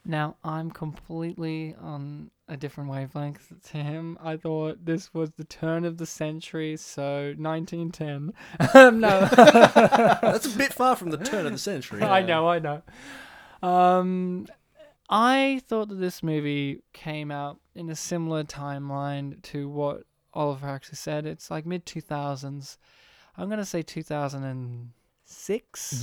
Now I'm completely on a different wavelength to him. I thought this was the turn of the century, so 1910. Um, no, That's a bit far from the turn of the century. I know, I know. Um, I thought that this movie came out in a similar timeline to what Oliver actually said. It's like mid 2000s. I'm gonna say 2006.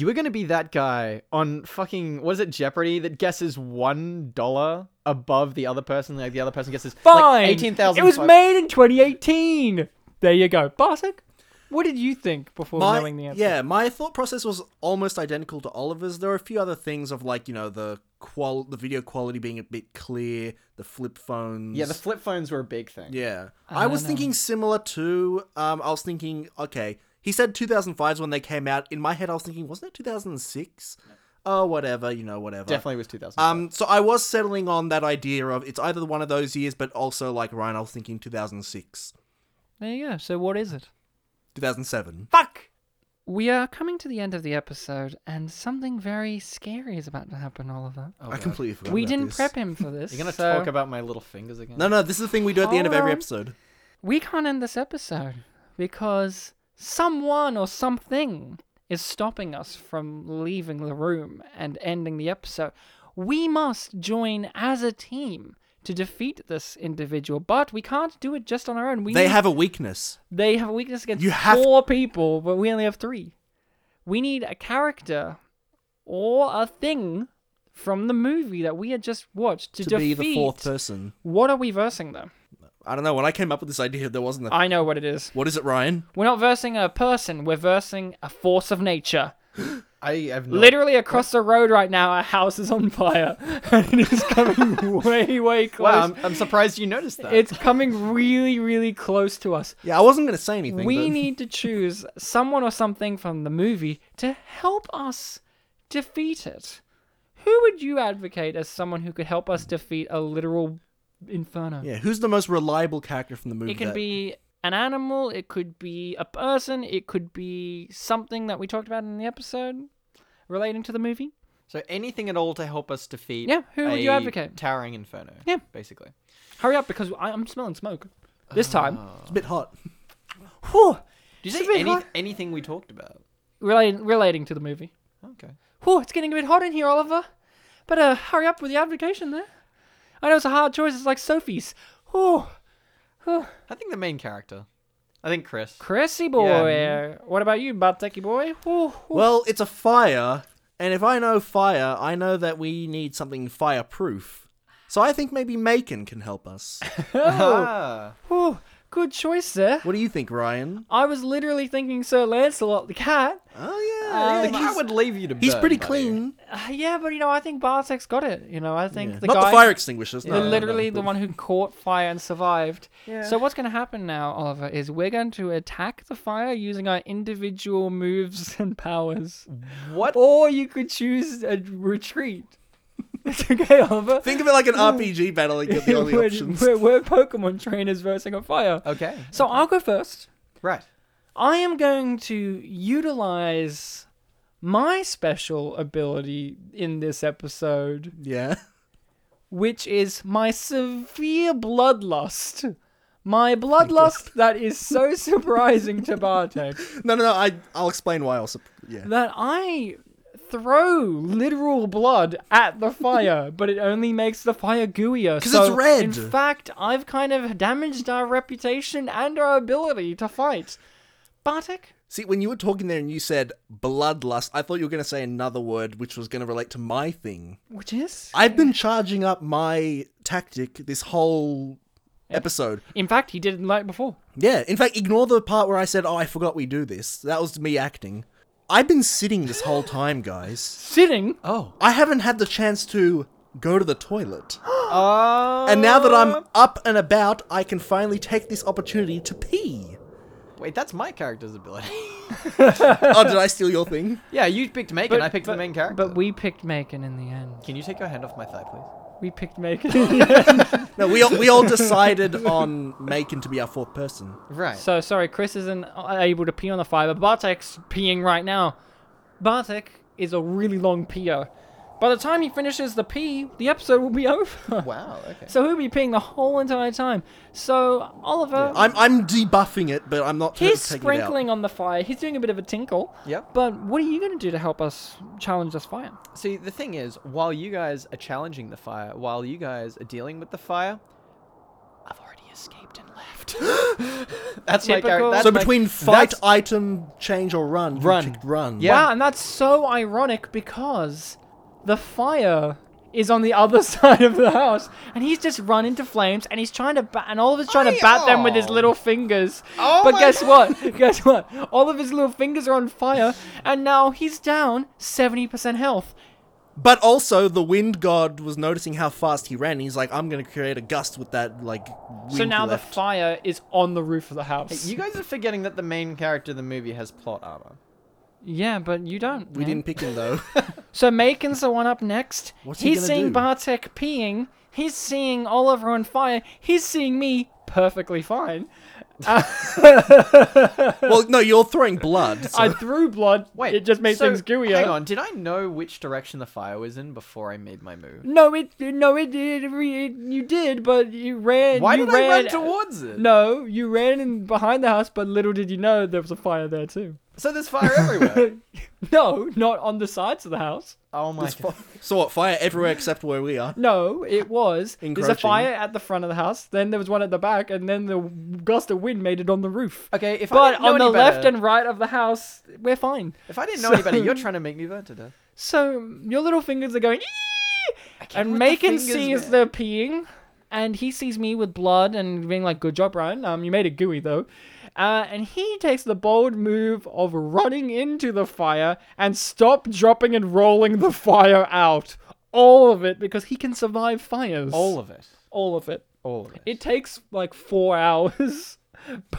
You were gonna be that guy on fucking what is it Jeopardy that guesses one dollar above the other person, like the other person guesses Fine. like eighteen thousand. It was made in 2018. There you go, Bartek. What did you think before my, knowing the answer? Yeah, my thought process was almost identical to Oliver's. There are a few other things of like you know the qual the video quality being a bit clear, the flip phones. Yeah, the flip phones were a big thing. Yeah, I I, was dunno. thinking similar to. Um, I was thinking okay, he said 2005 is when they came out. In my head, I was thinking wasn't it 2006? Oh, whatever, you know, whatever. Definitely was 2005. Um, so I was settling on that idea of it's either one of those years, but also like Ryan, I was thinking 2006, There you go. So what is it? 2007. Fuck. We are coming to the end of the episode, and something very scary is about to happen, Oliver. I Oh, God. completely forgot We about didn't this. prep him for this. You're gonna so- talk about my little fingers again. No, no, this is the thing we do at the end of every Hold on. episode. We can't end this episode because someone or something is stopping us from leaving the room and ending the episode. We must join as a team to defeat this individual, but we can't do it just on our own. We They need- have a weakness. They have a weakness against You have- four people, but we only have three. We need a character or a thing from the movie that we had just watched to, To be the fourth defeat- person. What are we versing them? I don't know. When I came up with this idea, there wasn't a. I know what it is. What is it, Ryan? We're not versing a person, we're versing a force of nature. I have no- Literally across the road right now, our house is on fire. And it is coming way, way close. Wow, I'm, I'm surprised you noticed that. It's coming really, really close to us. Yeah, I wasn't going to say anything. We but- need to choose someone or something from the movie to help us defeat it. Who would you advocate as someone who could help us defeat a literal inferno? Yeah, who's the most reliable character from the movie? It can that- be an animal, it could be a person, it could be something that we talked about in the episode relating to the movie. So anything at all to help us defeat. Yeah, who would you a advocate? Towering inferno. Yeah. basically. Hurry up because I- I'm smelling smoke. This time. Ah. It's a bit hot. Whew. Do It's you a bit say any, hot. anything we talked about? Relating, relating to the movie. Okay. Whew, it's getting a bit hot in here, Oliver. Better hurry up with the advocation there. I know it's a hard choice, it's like Sophie's. Whew. Whew. I think the main character. I think Chris. Cressy boy. Yeah. What about you, Barteki boy? Whew, whew. Well, it's a fire, and if I know fire, I know that we need something fireproof. So I think maybe Macon can help us. Ah. Whew, good choice there. What do you think, Ryan? I was literally thinking Sir Lancelot the cat. Oh yeah, the cat would leave you to He's burn, pretty buddy. clean. Uh, yeah, but you know, I think Bartek's got it. You know, I think Yeah. the Not the guy, fire extinguishers, no, the- no, no, literally the but- one who caught fire and survived. Yeah. So what's going to happen now, Oliver, is we're going to attack the fire using our individual moves and powers. What? Or you could choose a retreat. It's okay, Oliver. Think of it like an RPG battle. You get the only we're, options. We're, we're Pokemon trainers versing a fire. Okay. So I'll go first. Right. I am going to utilize my special ability in this episode. Yeah. Which is my severe bloodlust. My bloodlust that is so surprising to Bartek No, no, no. I I'll explain why. I'll. sup- Yeah. that I throw literal blood at the fire, but it only makes the fire gooier. 'Cause So, it's red. In fact, I've kind of damaged our reputation and our ability to fight. Bartek? See, when you were talking there and you said bloodlust, I thought you were going to say another word which was going to relate to my thing. Which is? I've been charging up my tactic this whole episode. In fact, he did it the night before. Yeah, in fact, ignore the part where I said, "Oh, I forgot we do this." That was me acting. I've been sitting this whole time, guys. Sitting? Oh. I haven't had the chance to go to the toilet. Uh, and now that Oh. I'm up and about, I can finally take this opportunity to pee. Wait, that's my character's ability. oh, did I steal your thing? yeah, you picked Macon. I picked the main character. But we picked Macon in the end. Can you take your hand off my thigh, please? We picked Macon in the end. No, we all, we all decided on Macon to be our fourth person. Right. So sorry, Chris isn't able to pee on the fire, but Bartek's peeing right now. Bartek is a really long peer. By the time he finishes the pee, the episode will be over. Wow. Okay. So he'll be peeing the whole entire time. So Oliver, I'm I'm debuffing it, but I'm not. he's taking sprinkling It out. on the fire. He's doing a bit of a tinkle. Yep. But what are you going to do to help us challenge this fire? See, the thing is, while you guys are challenging the fire, while you guys are dealing with the fire, I've already escaped and left. that's my Typical. character. that's So my- between fight, that's- item, change, or run, you Run. picked run. Yeah. Wow, and that's so ironic because the fire is on the other side of the house, and he's just run into flames, and he's trying to bat, and Oliver's trying to bat them with his little fingers. Oh but my guess God. what? Guess what? Oliver's little fingers are on fire, and now he's down seventy percent health. But also, the wind god was noticing how fast he ran. and He's like, I'm going to create a gust with that, like, wind so now left. the fire is on the roof of the Hey, house. you guys are forgetting that the main character of the movie has plot armor. yeah, but you don't. We man. didn't pick him, though. So Macon's the one up next. What's he he's gonna seeing do? Bartek peeing. He's seeing Oliver on fire. He's seeing me perfectly fine. well, no, you're throwing blood. so- I threw blood. Wait, it just made so, things gooier. Hang on, did I know which direction the fire was in before I made my move? No, it no, it, it, it you did, but you ran. Why you did I run ran- towards it? No, you ran in behind the house, but little did you know there was a fire there too. So there's fire everywhere. no, not on the sides of the house. Oh my god. So what? Fire everywhere except where we are. No, it was. There's a Encroaching. fire at the front of the house. Then there was one at the back, and then the gust of wind made it on the roof. Okay, if I but didn't know on the any left better- and right of the house, we're fine. If I didn't know So- any better, you're trying to make me burn to death. So your little fingers are going, "Ee!" and with the Macon fingers, sees man. the peeing, and he sees me with blood and being like, "Good job, Ryan. Um, you made it gooey though." Uh, and he takes the bold move of running into the fire and stop dropping and rolling the fire out, all of it, because he can survive fires. All of it. All of it. All of it. It takes like four hours,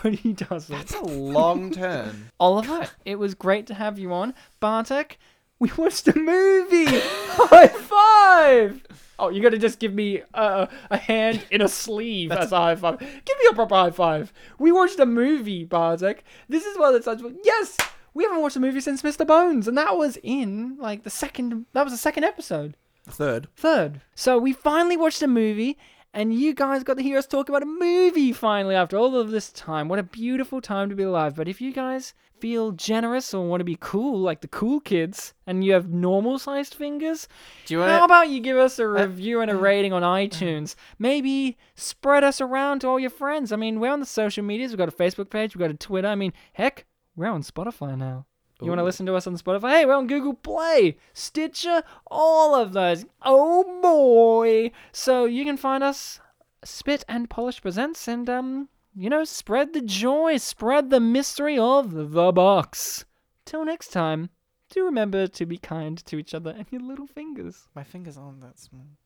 but he does it. That's a long turn. Oliver, it was great to have you on. Bartek, we watched a movie. High five! Oh, you got to just give me uh, a hand in a sleeve as a high five. Give me a proper high five. We watched a movie, Bartek. This is one of the times. Yes, we haven't watched a movie since Mr. Bones, and that was in like the second. That was the second episode. Third. Third. So we finally watched a movie, and you guys got to hear us talk about a movie finally after all of this time. What a beautiful time to be alive. But if you guys feel generous or want to be cool, like the cool kids, and you have normal sized fingers, Do you wanna- Uh, how about you give us a review and a rating on iTunes? Maybe spread us around to all your friends. I mean, we're on the social medias. We've got a Facebook page, we've got a Twitter. I mean, heck, we're on Spotify now. You want to Ooh. listen to us on Spotify? Hey, we're on Google Play, Stitcher, all of those. Oh boy! So you can find us, Spit and Polish Presents, and um, you know, spread the joy, spread the mystery of the box. Till next time, do remember to be kind to each other and your little fingers. My fingers aren't that small.